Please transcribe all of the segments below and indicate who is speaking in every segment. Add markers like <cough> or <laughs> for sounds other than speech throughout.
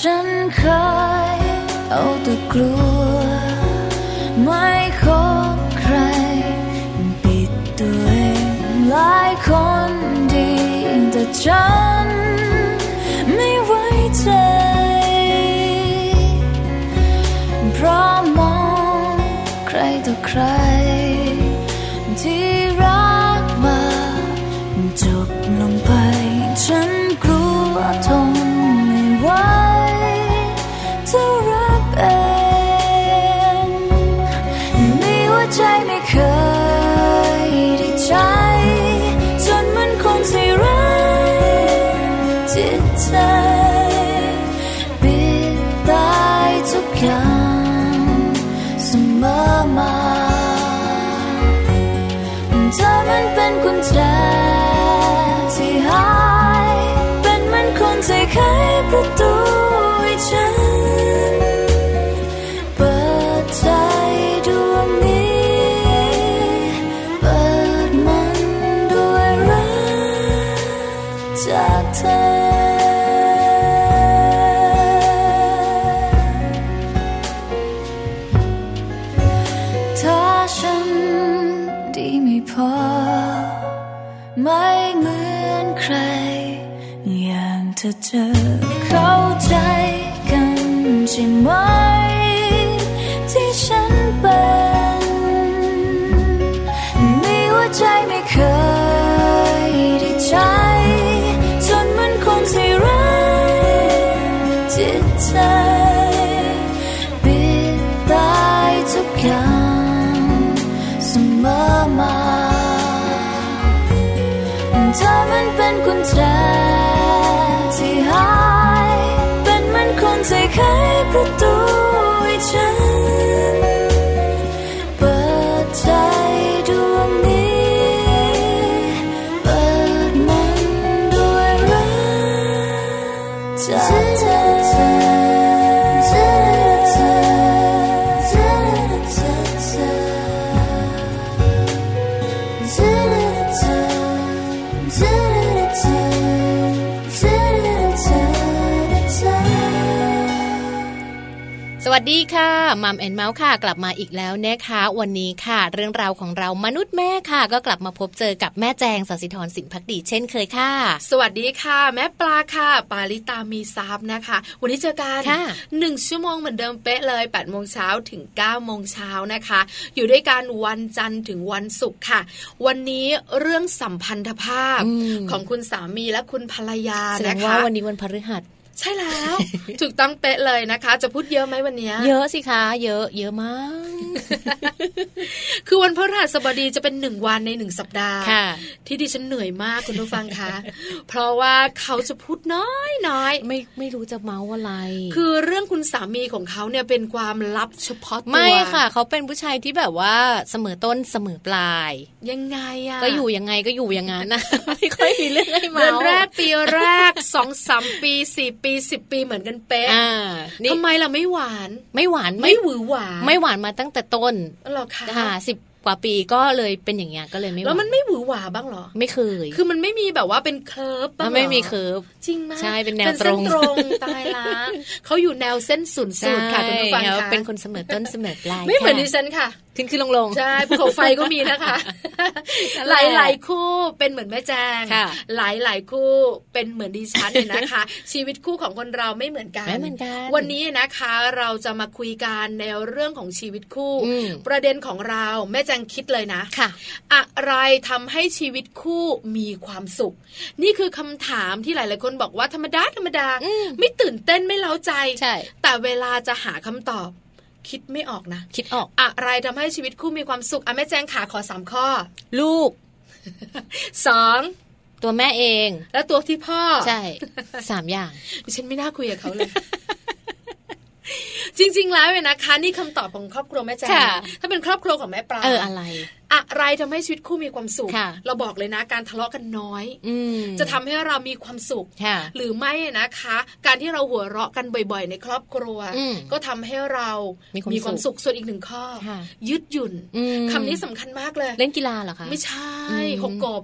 Speaker 1: ฉันเคยเอาแต่กลัว ไม่คบใคร ปิดตัวเองหลายคนดี แต่ฉันไม่ไว้ใจ เพราะมองใครต่อใคร ที่รักมาจบลงไป ฉันกลัวทนไม่ไหวจะรับเองมีหัวใจไม่เคยได้ใจ จนมันคนที่ร้ายจิตใจ ปิดตายทุกอย่างเสมอมา เธอมันเป็นกุญแจที่หาย เป็นเหมันคนที่ไขประตูให้ฉัน เปิดใจดวงนี้ เปิดมันด้วยรักจากเธอ ถ้าฉันดีไม่พอ ไม่เหมือนใคร อย่างเธอเจอเข้าใจกันใช่ไหม ที่ฉันเป็น มีหัวใจไม่เคยได้ใจ จนมันคนที่ร้ายจิตใจ ปิดตายทุกอย่างเสมอมา เธอมันเป็นกุญแจที่หาย เป็นเหมันคนที่ไขประตูให้ฉัน เปิดใจดวงนี้ เปิดมันด้วยรักจากเธอ
Speaker 2: สวัสดีค่ะมัมแอนเมาส์ค่ะ กลับมาอีกแล้วนะคะ วันนี้ค่ะ เรื่องราวของเรามนุษย์แม่ค่ะ ก็กลับมาพบเจอกับแม่แจงสศิธรสินพักดีเช่นเคยค่ะ
Speaker 3: สวัสดีค่ะ แม่ปลาค่ะ ปาลิตามีซับนะคะ วันนี้เจอกัน
Speaker 2: ค่ะ
Speaker 3: หนึ่งชั่วโมงเหมือนเดิมเป๊ะเลย8ปดโมงเช้าถึง9ก้าโมงเช้านะคะ อยู่ด้วยกันวันจันทร์ถึงวันศุกร์ค่ะ วันนี้เรื่องสัมพันธภาพของคุณสามีและคุณภรรยา
Speaker 2: แสด
Speaker 3: นะ
Speaker 2: ง
Speaker 3: คะ
Speaker 2: ว่าวันนี้วันพฤหัส
Speaker 3: ใช่แล้ว ถูกต้องเป๊ะเลยนะคะ จะพูดเยอะไหมวันเนี้ย
Speaker 2: เยอะสิคะเยอะเยอะมาก
Speaker 3: คือวันพฤหัสบดีจะเป็นหนึ่งวันในหนึ่งสัปดาห์
Speaker 2: ค่ะ
Speaker 3: ที่ดิฉันเหนื่อยมากคุณผู้ฟังคะเพราะว่าเขาจะพูดน้อยน้อยๆ
Speaker 2: ไม่ไม่รู้จะเมาส์อะไร
Speaker 3: คือเรื่องคุณสามีของเขาเนี่ยเป็นความลับเฉพาะตัว
Speaker 2: ไม่ค่ะ เขาเป็นผู้ชายที่แบบว่าเสมอต้นเสมอปลาย
Speaker 3: ยังไงอะ
Speaker 2: ก็อยู่ยังไงก็อยู่อย่าง <laughs> นั้นนะ ไม่ค่อยมีเรื่องให้
Speaker 3: เดื
Speaker 2: เมา
Speaker 3: อน
Speaker 2: ส์
Speaker 3: แรกปีแรก สองสามปีสี่ปีสิบปีเหมือนกันเป๊ะ
Speaker 2: อ่านี่
Speaker 3: ทำไมล่ะไม่หวาน
Speaker 2: ไม่หวาน
Speaker 3: ไม่หวือหวา
Speaker 2: ไม่หวานมาตั้งแต่ต้น
Speaker 3: หรอคะ
Speaker 2: ค่ะสิบกว่าปีก็เลยเป็นอย่างเงี้ยก็เลยไม่
Speaker 3: แล้ว
Speaker 2: หา
Speaker 3: มันไม่หวือหวาบ้างเหรอ
Speaker 2: ไม่เคย
Speaker 3: คือมันไม่มีแบบว่าเป็นเคิร์ฟบ้าง
Speaker 2: มั
Speaker 3: เหรอ
Speaker 2: นไม่มีเคิร์ฟ
Speaker 3: จริงมาก
Speaker 2: ใช่เป็นแนว
Speaker 3: เป็นเส้น
Speaker 2: ต
Speaker 3: ต
Speaker 2: ร
Speaker 3: รง งตายละเขาอยู่แนวเส้นศูนย์สูตรค่ะคุณผู้ฟัง
Speaker 2: ใช่
Speaker 3: ค่ะ
Speaker 2: เป็นคนเสมอต้นเสมอปลาย
Speaker 3: ไม่เหมือนดิ
Speaker 2: ค่ะ
Speaker 3: ฉันค่ะ
Speaker 2: ขึ้นขึ้นลงลง
Speaker 3: ใช่ภูเขาไฟก็มีนะคะ
Speaker 2: นั่
Speaker 3: ห
Speaker 2: นแห
Speaker 3: ลา
Speaker 2: ละ
Speaker 3: ยหลายๆคู่เป็นเหมือนแม่แจง
Speaker 2: ค่ะ
Speaker 3: หลายหลายๆคู่เป็นเหมือนดิฉันเนี่ยนะคะ ชีวิตคู่ของคนเราไม่เหมือนกัน
Speaker 2: ไม่เหมือนกัน
Speaker 3: วันนี้นะคะเราจะมาคุยกันในเรื่องของชีวิตคู่
Speaker 2: อืม
Speaker 3: ประเด็นของเราแม่แจงคิดเลยนะ
Speaker 2: ค่ะ
Speaker 3: อะไรทำให้ชีวิตคู่มีความสุข นี่คือคำถามที่หลาย ๆ คนบอกว่าธรรมดาธรรมดา
Speaker 2: อืม
Speaker 3: ไม่ตื่นเต้นไม่เล้าใจ
Speaker 2: ใช่
Speaker 3: แต่เวลาจะหาคำตอบ คิดไม่ออกนะ
Speaker 2: คิดออก
Speaker 3: อะไรทำให้ชีวิตคู่มีความสุขอ่ะแม่แจงขาขอสามข้อ
Speaker 2: ลูก
Speaker 3: สอง
Speaker 2: ตัวแม่เอง
Speaker 3: แล้วตัวที่พ่อ
Speaker 2: ใช่ สามอย่าง
Speaker 3: ดิฉันไม่น่าคุยกับเขาเลย จริง ๆ แล้วเนี่ยนะคะ นี่คำตอบของครอบครัวแม่แจง
Speaker 2: ค่ะ
Speaker 3: ถ้าเป็นครอบครัวของแม่ปลา
Speaker 2: เอออะไร
Speaker 3: อะไรทำให้ชีวิตคู่มีความสุข
Speaker 2: ค่ะ
Speaker 3: เราบอกเลยนะ การทะเลาะกันน้อย
Speaker 2: อืม
Speaker 3: จะทำให้เรามีความสุข
Speaker 2: ค่ะ
Speaker 3: หรือไม่นะคะ การที่เราหัวเราะกันบ่อย ๆ ในครอบครัว
Speaker 2: อืม
Speaker 3: ก็ทำให้เรา
Speaker 2: มีความ
Speaker 3: ความสุขส่วนอีกหนึ่งข้อ
Speaker 2: ค่ะ
Speaker 3: ยืดหยุ่น
Speaker 2: อืม
Speaker 3: คำนี้สำคัญมากเลย
Speaker 2: เล่นกีฬาเหรอคะ
Speaker 3: ไม่ใช่
Speaker 2: อืม
Speaker 3: หกกบ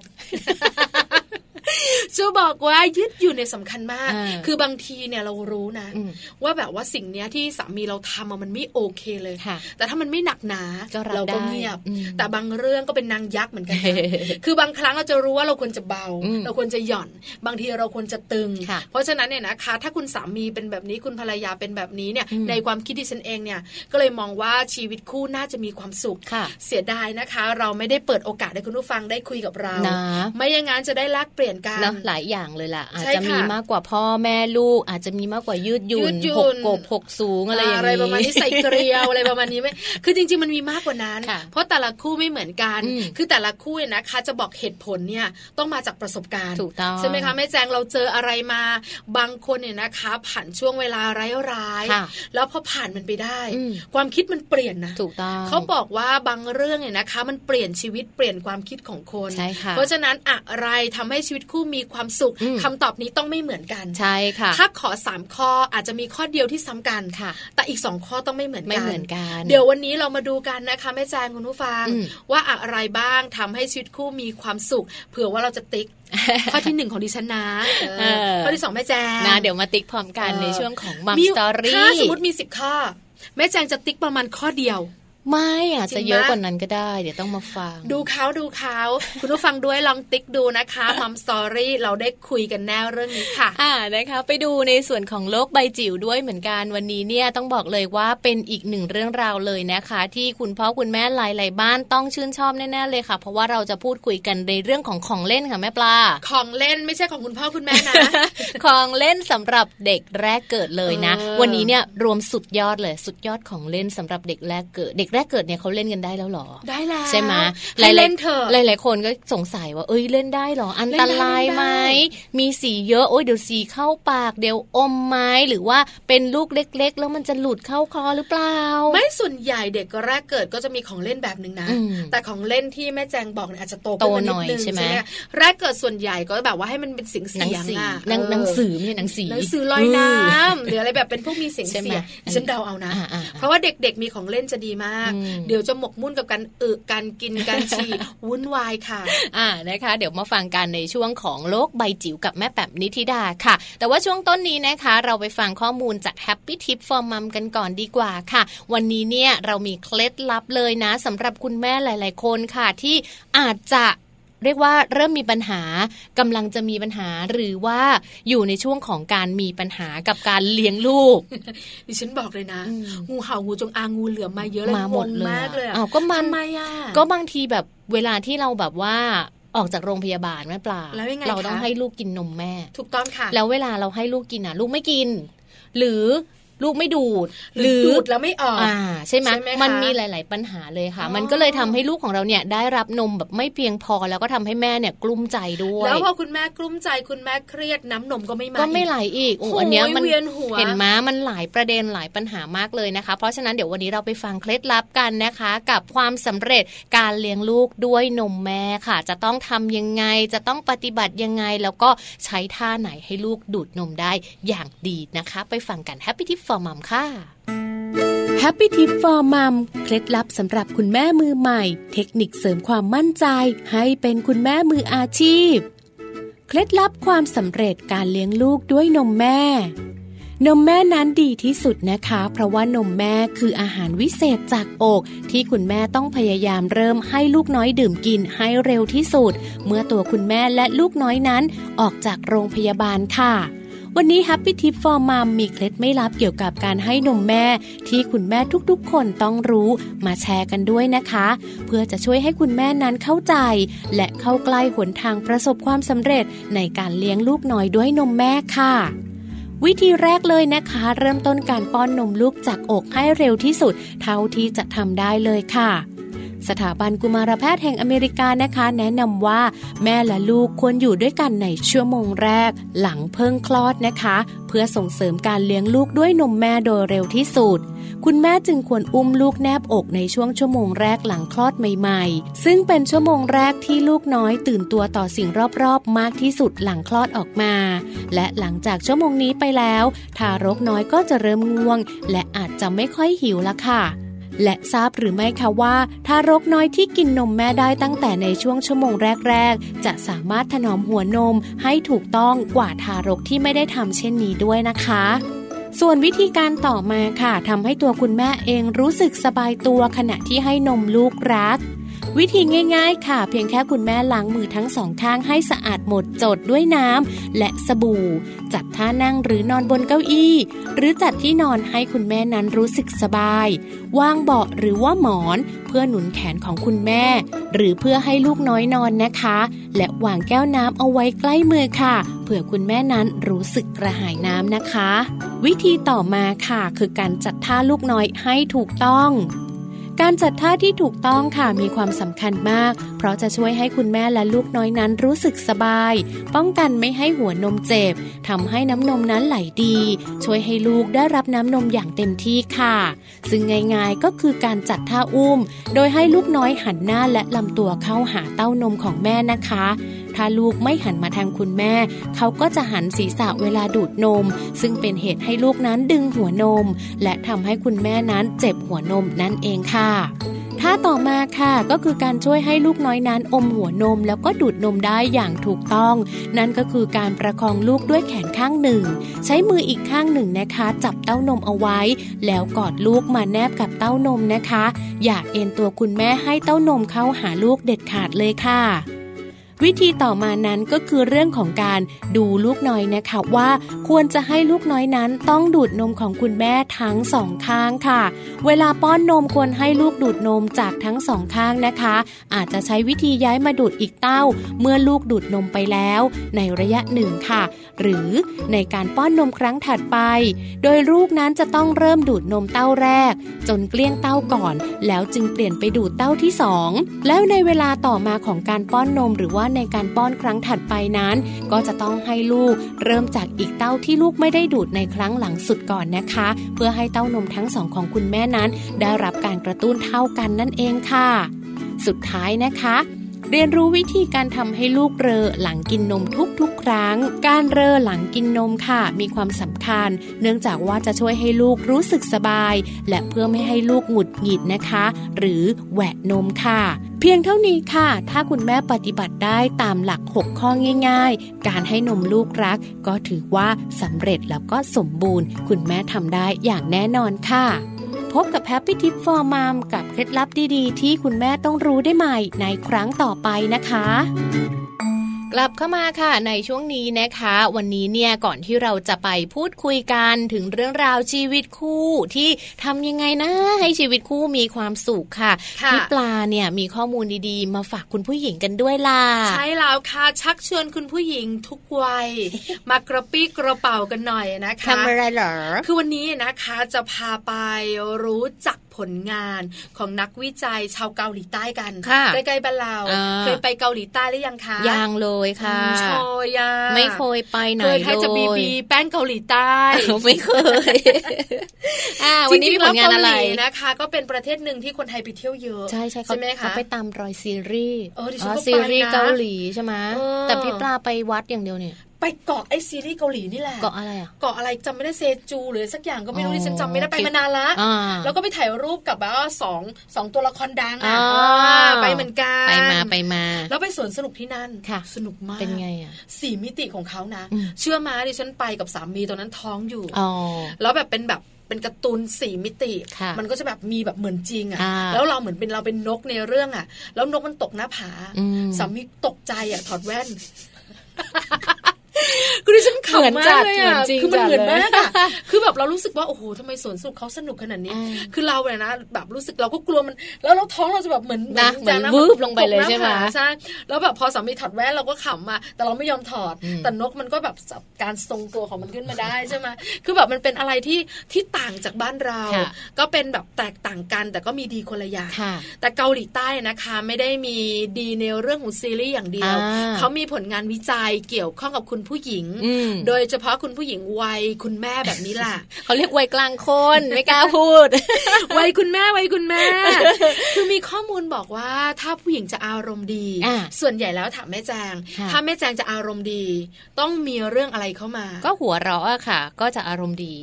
Speaker 3: <laughs> จะบอกว่ายืดหยุ่นเนี่ยสำคัญมาก
Speaker 2: อ่า
Speaker 3: คือบางทีเนี่ยเรารู้นะ
Speaker 2: อืม
Speaker 3: ว่าแบบว่าสิ่งเนี้ยที่สามีเราทำอะมันไม่โอเคเลย
Speaker 2: ค่ะ
Speaker 3: แต่ถ้ามันไม่หนักหนา
Speaker 2: ก็รับ
Speaker 3: เราก็
Speaker 2: ได้
Speaker 3: เงียบ
Speaker 2: อืม
Speaker 3: แต่บางเรื่องก็เป็นนางยักษ์เหมือนกันนะ
Speaker 2: <laughs> เฮ้
Speaker 3: คือบางครั้งเราจะรู้ว่าเราควรจะเบา
Speaker 2: อืม
Speaker 3: เราควรจะหย่อน บางทีเราควรจะตึง
Speaker 2: ค่ะ
Speaker 3: เพราะฉะนั้นเนี่ยนะคะ ถ้าคุณสามีเป็นแบบนี้คุณภรรยาเป็นแบบนี้เนี่ย
Speaker 2: อืม
Speaker 3: ในความคิดดิฉันเองเนี่ย ก็เลยมองว่าชีวิตคู่น่าจะมีความสุข
Speaker 2: ค่ะ
Speaker 3: เสียดายนะคะ เราไม่ได้เปิดโอกาสให้คุณผู้ฟังได้คุยกับเราน
Speaker 2: นะ
Speaker 3: ไม่อย่างนั้นจะได้แลกเปลี่ยนกัน
Speaker 2: เนอะหลายอย่างเลยล่ะ อาจ
Speaker 3: ใช่
Speaker 2: จะมี
Speaker 3: ค่ะ
Speaker 2: มากกว่าพ่อแม่ลูก อาจจะมีมากกว่ายืดหยุ่
Speaker 3: ยื
Speaker 2: น
Speaker 3: ดหยุ่น
Speaker 2: หกกบหกสูงอะไรอย่าง
Speaker 3: อะไรประมาณนี้ใส่เกลียวอะไรประมาณนี้ไหมคือจริง ๆ มันมีมากกว่านั้น
Speaker 2: ค่ะ
Speaker 3: เพราะแต่ละคู่ไม่เหมือนกัน
Speaker 2: อืม
Speaker 3: คือแต่ละคู่เนี่ยนะคะ จะบอกเหตุผลเนี่ยต้องมาจากประสบการณ์
Speaker 2: ถูกต้อง
Speaker 3: ใช่ไหมคะแม่แจงเราเจออะไรมา บางคนเนี่ยนะคะ ผ่านช่วงเวลาร้าย
Speaker 2: ค่ะ
Speaker 3: ๆแล้วพอผ่านมันไปได้
Speaker 2: อืม
Speaker 3: ความคิดมันเปลี่ยนนะ
Speaker 2: ถูกต้อง
Speaker 3: เขาบอกว่าบางเรื่องเนี่ยนะคะ มันเปลี่ยนชีวิตเปลี่ยนความคิดของคน
Speaker 2: ใช่ค่ะ
Speaker 3: เพราะฉะนั้นอะไรทำให้ชีวิตคู่มีความสุข
Speaker 2: อืม
Speaker 3: คำตอบนี้ต้องไม่เหมือนกัน
Speaker 2: ใช่ค่ะ
Speaker 3: ถ้าขอสามข้ออาจจะมีข้อเดียวที่ซ้ำกัน
Speaker 2: ค่ะ
Speaker 3: แต่อีกสองข้อต้องไม่เหมือนกัน
Speaker 2: ไม่เหมือนกัน
Speaker 3: เดี๋ยววันนี้เรามาดูกันนะคะแม่แจงคุณผู้ฟัง
Speaker 2: อืม
Speaker 3: ว่าอะไรบ้างทำให้ชีวิตคู่มีความสุข เผื่อว่าเราจะ
Speaker 2: <laughs>
Speaker 3: ติ๊ก ข้อที่หนึ่งของดิฉันนะเออข้อที่สองแม่แจง
Speaker 2: นะเดี๋ยวมาติ๊กพร้อมกัน
Speaker 3: เออ
Speaker 2: ในช่วงของมัม
Speaker 3: มี
Speaker 2: สตอรี่
Speaker 3: ถ้าสมมติมีสิบข้อ แม่แจงจะติ๊กประมาณข้อเดียว
Speaker 2: ไม่อาจ
Speaker 3: จริ
Speaker 2: จะ
Speaker 3: งไหม
Speaker 2: เยอะกว่านั้นก็ได้ เดี๋ยวต้องมาฟัง
Speaker 3: ดูเขาดูเขาคุณผู้ฟังด้วยลองติ๊กดู
Speaker 2: <laughs>
Speaker 3: นะคะมัมสตอรี่เราได้คุยกันแน่เรื่องนี้ค่ะ
Speaker 2: อ่านะคะไปดูในส่วนของโลกใบจิ๋วด้วยเหมือนกันวันนี้เนี่ยต้องบอกเลยว่าเป็นอีกหนึ่งเรื่องราวเลยนะคะ ที่คุณพ่อคุณแม่หลายๆบ้านต้องชื่นชอบแน่ๆเลยค่ะ เพราะว่าเราจะพูดคุยกันในเรื่องของของเล่นค่ะแม่ปลา
Speaker 3: ของเล่นไม่ใช่ของคุณพ่อคุณแม่นะ
Speaker 2: <laughs> ของเล่นสำหรับเด็กแรกเกิดเลยนะ
Speaker 3: เออ
Speaker 2: วันนี้เนี่ยรวมสุดยอดเลยสุดยอดของเล่นสำหรับเด็กแรกเกิด เด็กแรกเกิดเนี่ยเขาเล่นกันได้แล้วเหรอ
Speaker 3: ได้แล้ว
Speaker 2: ใช่ไหม
Speaker 3: ให้เล่นเถอะ
Speaker 2: หลายๆหลาย ๆ คนก็สงสัยว่า เอ้ยเล่นได้เหรอ อันตรายไหม
Speaker 3: เล่นได้เล่นได้
Speaker 2: มีสีเยอะ โอ้ยเดี๋ยวสีเข้าปาก เดี๋ยวอมไหมหรือว่าเป็นลูกเล็ก ๆ แล้วมันจะหลุดเข้าคอหรือเปล่า
Speaker 3: ไม่ส่วนใหญ่เด็กแรกเกิดก็จะมีของเล่นแบบหนึ่งนะ
Speaker 2: อืม
Speaker 3: แต่ของเล่นที่แม่แจงบอกเนี่ยอาจจะโตขึ้นมานิดนึง
Speaker 2: โตหน่อยใช่ไหม
Speaker 3: คะแรกเกิดส่วนใหญ่ก็แบบว่าให้มันเป็นเสียง
Speaker 2: หนัง
Speaker 3: เสียง
Speaker 2: สี
Speaker 3: อะ
Speaker 2: หนัง
Speaker 3: เห
Speaker 2: นังสือเนี่ยหนังสี
Speaker 3: หนังสือลอยน้
Speaker 2: ม
Speaker 3: ำหรืออะไรแบบเป็นพวกมีเสียง
Speaker 2: ใช่ไหม
Speaker 3: เสียง
Speaker 2: อันนี้
Speaker 3: ฉันเดาเอานะ
Speaker 2: อ่าอ่าอ่า
Speaker 3: เพราะว่าเด็กๆมีของเล่นจะดีมาก
Speaker 2: อืม
Speaker 3: เดี๋ยวจะหมกมุ่นกับการอึการกินการฉี่ วุ่นวายค่ะ
Speaker 2: อ่านะคะ เดี๋ยวมาฟังกันในช่วงของโลกใบจิ๋วกับแม่แป๋มนิธิดาค่ะ แต่ว่าช่วงต้นนี้นะคะ เราไปฟังข้อมูลจาก Happy Tip for Mom กันก่อนดีกว่าค่ะ วันนี้เนี่ยเรามีเคล็ดลับเลยนะสำหรับคุณแม่หลาย ๆ คนค่ะ ที่อาจจะเรียกว่าเริ่มมีปัญหากำลังจะมีปัญหาหรือว่าอยู่ในช่วงของการมีปัญหากับการเลี้ยงลูก
Speaker 3: ดิฉันบอกเลยนะ
Speaker 2: อืม
Speaker 3: งูเห่างูจงอางงูเหลือมมาเยอะเลย
Speaker 2: มาหมด
Speaker 3: งง
Speaker 2: เลย
Speaker 3: มากเลย
Speaker 2: อะ
Speaker 3: อะ
Speaker 2: อ้าวก็มัน
Speaker 3: ทำไมอะ
Speaker 2: ก็บางทีแบบเวลาที่เราแบบว่าออกจากโรงพยาบาลแม่ปลา
Speaker 3: แล้วยังไง
Speaker 2: เราต้อง
Speaker 3: คะ
Speaker 2: ให้ลูกกินนมแม่
Speaker 3: ถูกต้องค่ะ
Speaker 2: แล้วเวลาเราให้ลูกกินอ่ะ ลูกไม่กิน หรือลูกไม่ดูด
Speaker 3: หรือดูดแล้วไม่ออก
Speaker 2: อ่าใช่ไหม
Speaker 3: ใช่ไหมคะ
Speaker 2: มันมีหลาย ๆ ปัญหาเลยค่ะ
Speaker 3: อ๋อ
Speaker 2: มันก็เลยทำให้ลูกของเราเนี่ยได้รับนมแบบไม่เพียงพอแล้วก็ทำให้แม่เนี่ยกลุ้มใจด้วย
Speaker 3: แล้วพอคุณแม่กลุ้มใจคุณแม่เครียดน้ำนมก็ไม่มา
Speaker 2: ก็ไม่
Speaker 3: อี
Speaker 2: ไหลอีกโอ้
Speaker 3: โอ้ย
Speaker 2: อันเนี้ยมัน
Speaker 3: เวียนหัว
Speaker 2: เห็นไหมมันหลายประเด็นหลายปัญหามากเลยนะคะ เพราะฉะนั้นเดี๋ยววันนี้เราไปฟังเคล็ดลับกันนะคะ กับความสำเร็จการเลี้ยงลูกด้วยนมแม่ค่ะ จะต้องทำยังไง จะต้องปฏิบัติยังไง แล้วก็ใช้ท่าไหนให้ลูกดูดนมได้อย่างดีนะคะ ไปฟังกัน Happy Tip for Mom ค่ะ
Speaker 4: Happy Tip for Mom เคล็ดลับสำหรับคุณแม่มือใหม่ เทคนิคเสริมความมั่นใจ ให้เป็นคุณแม่มืออาชีพ เคล็ดลับความสำเร็จการเลี้ยงลูกด้วยนมแม่ นมแม่นั้นดีที่สุดนะคะ เพราะว่านมแม่คืออาหารวิเศษจากอก ที่คุณแม่ต้องพยายามเริ่มให้ลูกน้อยดื่มกินให้เร็วที่สุด เมื่อตัวคุณแม่และลูกน้อยนั้นออกจากโรงพยาบาลค่ะ วันนี้ Happy Tip for Mom มีเคล็ดไม่ลับเกี่ยวกับการให้นมแม่ ที่คุณแม่ทุกๆ คนต้องรู้มาแชร์กันด้วยนะคะ เพื่อจะช่วยให้คุณแม่นั้นเข้าใจ และเข้าใกล้หนทางประสบความสำเร็จในการเลี้ยงลูกน้อยด้วยนมแม่ค่ะ วิธีแรกเลยนะคะ เริ่มต้นการป้อนนมลูกจากอกให้เร็วที่สุด เท่าที่จะทำได้เลยค่ะ
Speaker 2: สถาบันกุมารแพทย์แห่งอเมริกานะคะ แนะนำว่าแม่และลูกควรอยู่ด้วยกันในชั่วโมงแรก หลังเพิ่งคลอดนะคะ เพื่อส่งเสริมการเลี้ยงลูกด้วยนมแม่โดยเร็วที่สุด คุณแม่จึงควรอุ้มลูกแนบอกในช่วงชั่วโมงแรกหลังคลอดใหม่ๆ ซึ่งเป็นชั่วโมงแรกที่ลูกน้อยตื่นตัวต่อสิ่งรอบๆ มากที่สุดหลังคลอดออกมา และหลังจากชั่วโมงนี้ไปแล้ว ทารกน้อยก็จะเริ่มง่วง และอาจจะไม่ค่อยหิวละค่ะ และทราบหรือไม่คะว่า ทารกน้อยที่กินนมแม่ได้ตั้งแต่ในช่วงชั่วโมงแรก ๆ จะสามารถถนอมหัวนมให้ถูกต้องกว่าทารกที่ไม่ได้ทำเช่นนี้ด้วยนะคะ ส่วนวิธีการต่อมาค่ะทำให้ตัวคุณแม่เองรู้สึกสบายตัวขณะที่ให้นมลูกรัก วิธีง่ายๆ ค่ะ เพียงแค่คุณแม่ล้างมือทั้งสองข้างให้สะอาดหมดจดด้วยน้ำและสบู่ จัดท่านั่งหรือนอนบนเก้าอี้ หรือจัดที่นอนให้คุณแม่นั้นรู้สึกสบาย วางเบาะหรือว่าหมอนเพื่อหนุนแขนของคุณแม่ หรือเพื่อให้ลูกน้อยนอนนะคะ และวางแก้วน้ำเอาไว้ใกล้มือค่ะเผื่อคุณแม่นั้นรู้สึกกระหายน้ำนะคะ วิธีต่อมาค่ะคือการจัดท่าลูกน้อยให้ถูกต้อง การจัดท่าที่ถูกต้องค่ะมีความสำคัญมาก เพราะจะช่วยให้คุณแม่และลูกน้อยนั้นรู้สึกสบาย ป้องกันไม่ให้หัวนมเจ็บทำให้น้ำนมนั้นไหลดี ช่วยให้ลูกได้รับน้ำนมอย่างเต็มที่ค่ะ ซึ่งง่ายๆก็คือการจัดท่าอุ้ม โดยให้ลูกน้อยหันหน้าและลำตัวเข้าหาเต้านมของแม่นะคะ ถ้าลูกไม่หันมาทางคุณแม่ เขาก็จะหันศีรษะเวลาดูดนม ซึ่งเป็นเหตุให้ลูกนั้นดึงหัวนม และทำให้คุณแม่นั้นเจ็บหัวนมนั่นเองค่ะ ท่าต่อมาค่ะก็คือการช่วยให้ลูกน้อยนั้นอมหัวนม แล้วก็ดูดนมได้อย่างถูกต้อง นั่นก็คือการประคองลูกด้วยแขนข้างหนึ่ง ใช้มืออีกข้างหนึ่งนะคะ จับเต้านมเอาไว้ แล้วกอดลูกมาแนบกับเต้านมนะคะ อย่าเอ็นตัวคุณแม่ให้เต้านมเข้าหาลูกเด็ดขาดเลยค่ะ วิธีต่อมานั้นก็คือเรื่องของการดูลูกน้อยนะคะว่า ควรจะให้ลูกน้อยนั้นต้องดูดนมของคุณแม่ทั้งสองข้างค่ะ เวลาป้อนนมควรให้ลูกดูดนมจากทั้งสองข้างนะคะ อาจจะใช้วิธีย้ายมาดูดอีกเต้า เมื่อลูกดูดนมไปแล้ว ในระยะหนึ่งค่ะ หรือในการป้อนนมครั้งถัดไป โดยลูกนั้นจะต้องเริ่มดูดนมเต้าแรก จนเกลี้ยงเต้าก่อน แล้วจึงเปลี่ยนไปดูดเต้าที่สองแล้วในเวลาต่อมาของการป้อนนมหรือว่าในการป้อนครั้งถัดไปนั้น ก็จะต้องให้ลูกเริ่มจากอีกเต้าที่ลูกไม่ได้ดูดในครั้งหลังสุดก่อนนะคะ เพื่อให้เต้านมทั้งสองของคุณแม่นั้น ได้รับการกระตุ้นเท่ากันนั่นเองค่ะ สุดท้ายนะคะ เรียนรู้วิธีการทำให้ลูกเรอหลังกินนมทุกๆ ครั้ง การเรอหลังกินนมค่ะ มีความสำคัญ เนื่องจากว่าจะช่วยให้ลูกรู้สึกสบาย และเพื่อไม่ให้ลูกหงุดหงิดนะคะ หรือแหวะนมค่ะ เพียงเท่านี้ค่ะ ถ้าคุณแม่ปฏิบัติได้ตามหลัก 6 ข้อง่าย ๆ การให้นมลูกรัก ก็ถือว่าสำเร็จแล้วก็สมบูรณ์ คุณแม่ทำได้อย่างแน่นอนค่ะ พบกับแฮปปี้ทิปฟอร์มามกับเคล็ดลับดีๆ ที่คุณแม่ต้องรู้ได้ใหม่ในครั้งต่อไปนะคะ
Speaker 5: กลับเข้ามาค่ะในช่วงนี้นะคะ วันนี้เนี่ยก่อนที่เราจะไปพูดคุยกันถึงเรื่องราวชีวิตคู่ที่ทำยังไงนะให้ชีวิตคู่มีความสุขค่ะ
Speaker 3: ค่ะ
Speaker 5: พี่ปลาเนี่ยมีข้อมูลดีๆ มาฝากคุณผู้หญิงกันด้วยล่ะ
Speaker 3: ใช่แล้วค่ะชักชวนคุณผู้หญิงทุกวัย มากระปี้กระเป๋ากันหน่อยนะคะ
Speaker 5: ทำอะไรเหรอ
Speaker 3: คือวันนี้นะคะจะพาไปรู้จักผลงานของนักวิจัยชาวเกาหลีใต้กัน
Speaker 5: ค่ะ
Speaker 3: ใกล้ๆบ้านเรา
Speaker 5: อ่า
Speaker 3: เคยไปเกาหลีใต้หรือยังคะ
Speaker 5: ยังเลยค่ะ
Speaker 3: อืมโชยา
Speaker 5: ไม่เคยไปไหน
Speaker 3: เค
Speaker 5: เลย
Speaker 3: ยแค่จะบีบีแป้งเกาหลีใต้
Speaker 5: ไม่เคยอ่าวันนี้มีผลงานอะไร
Speaker 3: จริๆแล้วเกาหลีนะคะ ก็เป็นประเทศหนึ่งที่คนไทยไปเที่ยวเยอะ
Speaker 5: ใช่ใช่เขา
Speaker 3: ใช่ไหมคะ
Speaker 5: เขาไปตามรอยซีรีส์
Speaker 3: เออดิฉันก็ไปนะ
Speaker 5: ซีรีส์เกาหลีใช่ไหม
Speaker 3: เออ
Speaker 5: แต่พี่ปลาไปวัดอย่างเดียวเนี่ย
Speaker 3: ไปเกาะไอซีรีส์เกาหลีนี่แหละ
Speaker 5: เกาะอะไรอ่ะ
Speaker 3: เกาะอะไรจำไม่ได้เซจูหรือสักอย่างก็ไม่
Speaker 5: อ๋
Speaker 3: รู้
Speaker 5: อ
Speaker 3: ที่ฉันจำไม่ได้ไป
Speaker 5: คิด
Speaker 3: มานานละ
Speaker 5: อ่า
Speaker 3: แล้วก็ไปถ่ายรูปกับแบบว่าสองสองตัวละครดัง
Speaker 5: อ๋
Speaker 3: อ่ะ
Speaker 5: อ
Speaker 3: อ่าไปเหมือนกัน
Speaker 5: ไปมาไปมา
Speaker 3: แล้วไปสวนสนุกที่นั่น
Speaker 5: ค่ะ
Speaker 3: สนุกมาก
Speaker 5: เป็นไงอ่ะ
Speaker 3: สี่มิติของเขานะ
Speaker 5: อืม
Speaker 3: เชื่อมาดิฉันไปกับสามีตอนนั้นท้องอยู่
Speaker 5: อ๋อ
Speaker 3: แล้วแบบเป็นแบบเป็นการ์ตูนสี่มิติ
Speaker 5: ค่ะ
Speaker 3: มันก็จะแบบมีแบบเหมือนจริงอะ
Speaker 5: อ่า
Speaker 3: แล้วเราเหมือนเป็นเราเป็นนกในเรื่องอะแล้วนกมันตกหน้าผา
Speaker 5: อืม
Speaker 3: สามีตกใจอะถอดแว่น <laughs> คุณดิฉันข
Speaker 4: มือนจัด
Speaker 3: เลย
Speaker 4: เหมือ
Speaker 3: อ่ะ
Speaker 4: นจริง
Speaker 3: คือมัน
Speaker 4: จัด
Speaker 3: เหมือน
Speaker 4: เลย
Speaker 3: มากอ่ะคือแบบเรารู้สึกว่าโอ้โหทำไมสวนสนุกเขาสนุกขนาดนี้
Speaker 2: อ่า
Speaker 3: คือเราเลยนะแบบรู้สึกเราก็กลัวมัน แล้วเราท้องเราจะแบบเหมือน
Speaker 2: นะ
Speaker 3: จะ
Speaker 2: เหมือนวืบลงไปเลย
Speaker 3: ตกน้ำ
Speaker 2: ใช่ไหม
Speaker 3: าใช่แล้วแบบพอสามีถอดแว่นเราก็ขำมาแต่เราไม่ยอมถอด
Speaker 2: อืม
Speaker 3: แต่นกมันก็แบบสับการทรงตัวของมันขึ้นมาได้ใช่ไหมคือแบบมันเป็นอะไรที่ที่ต่างจากบ้านเรา
Speaker 2: ค่ะ
Speaker 3: ก็เป็นแบบแตกต่างกัน แต่ก็มีดีคนละอย่าง
Speaker 2: ค่ะ
Speaker 3: แต่เกาหลีใต้นะคะไม่ได้มีดีในเรื่องของซีรีส์อย่างเดียว
Speaker 2: อ่า
Speaker 3: เขามีผลงานวิจัยเกี่ยวข้องกับคุณผู้หญิง
Speaker 2: อืม
Speaker 3: โดยเฉพาะคุณผู้หญิงวัยคุณแม่แบบนี้ล่ะ
Speaker 2: เขาเรียกวัยกลางคนไม่กล้าพูด
Speaker 3: <laughs> วัยคุณแม่วัยคุณแม่ คือมีข้อมูลบอกว่าถ้าผู้หญิงจะอารมณ์ดี
Speaker 2: อ่ะ
Speaker 3: ส่วนใหญ่แล้วถามแม่แจง
Speaker 2: ค่ะ
Speaker 3: ถ้าแม่แจงจะอารมณ์ดี ต้องมีเรื่องอะไรเข้ามา
Speaker 2: ก็หัวเราะอะค่ะ ก็จะอารมณ์ดี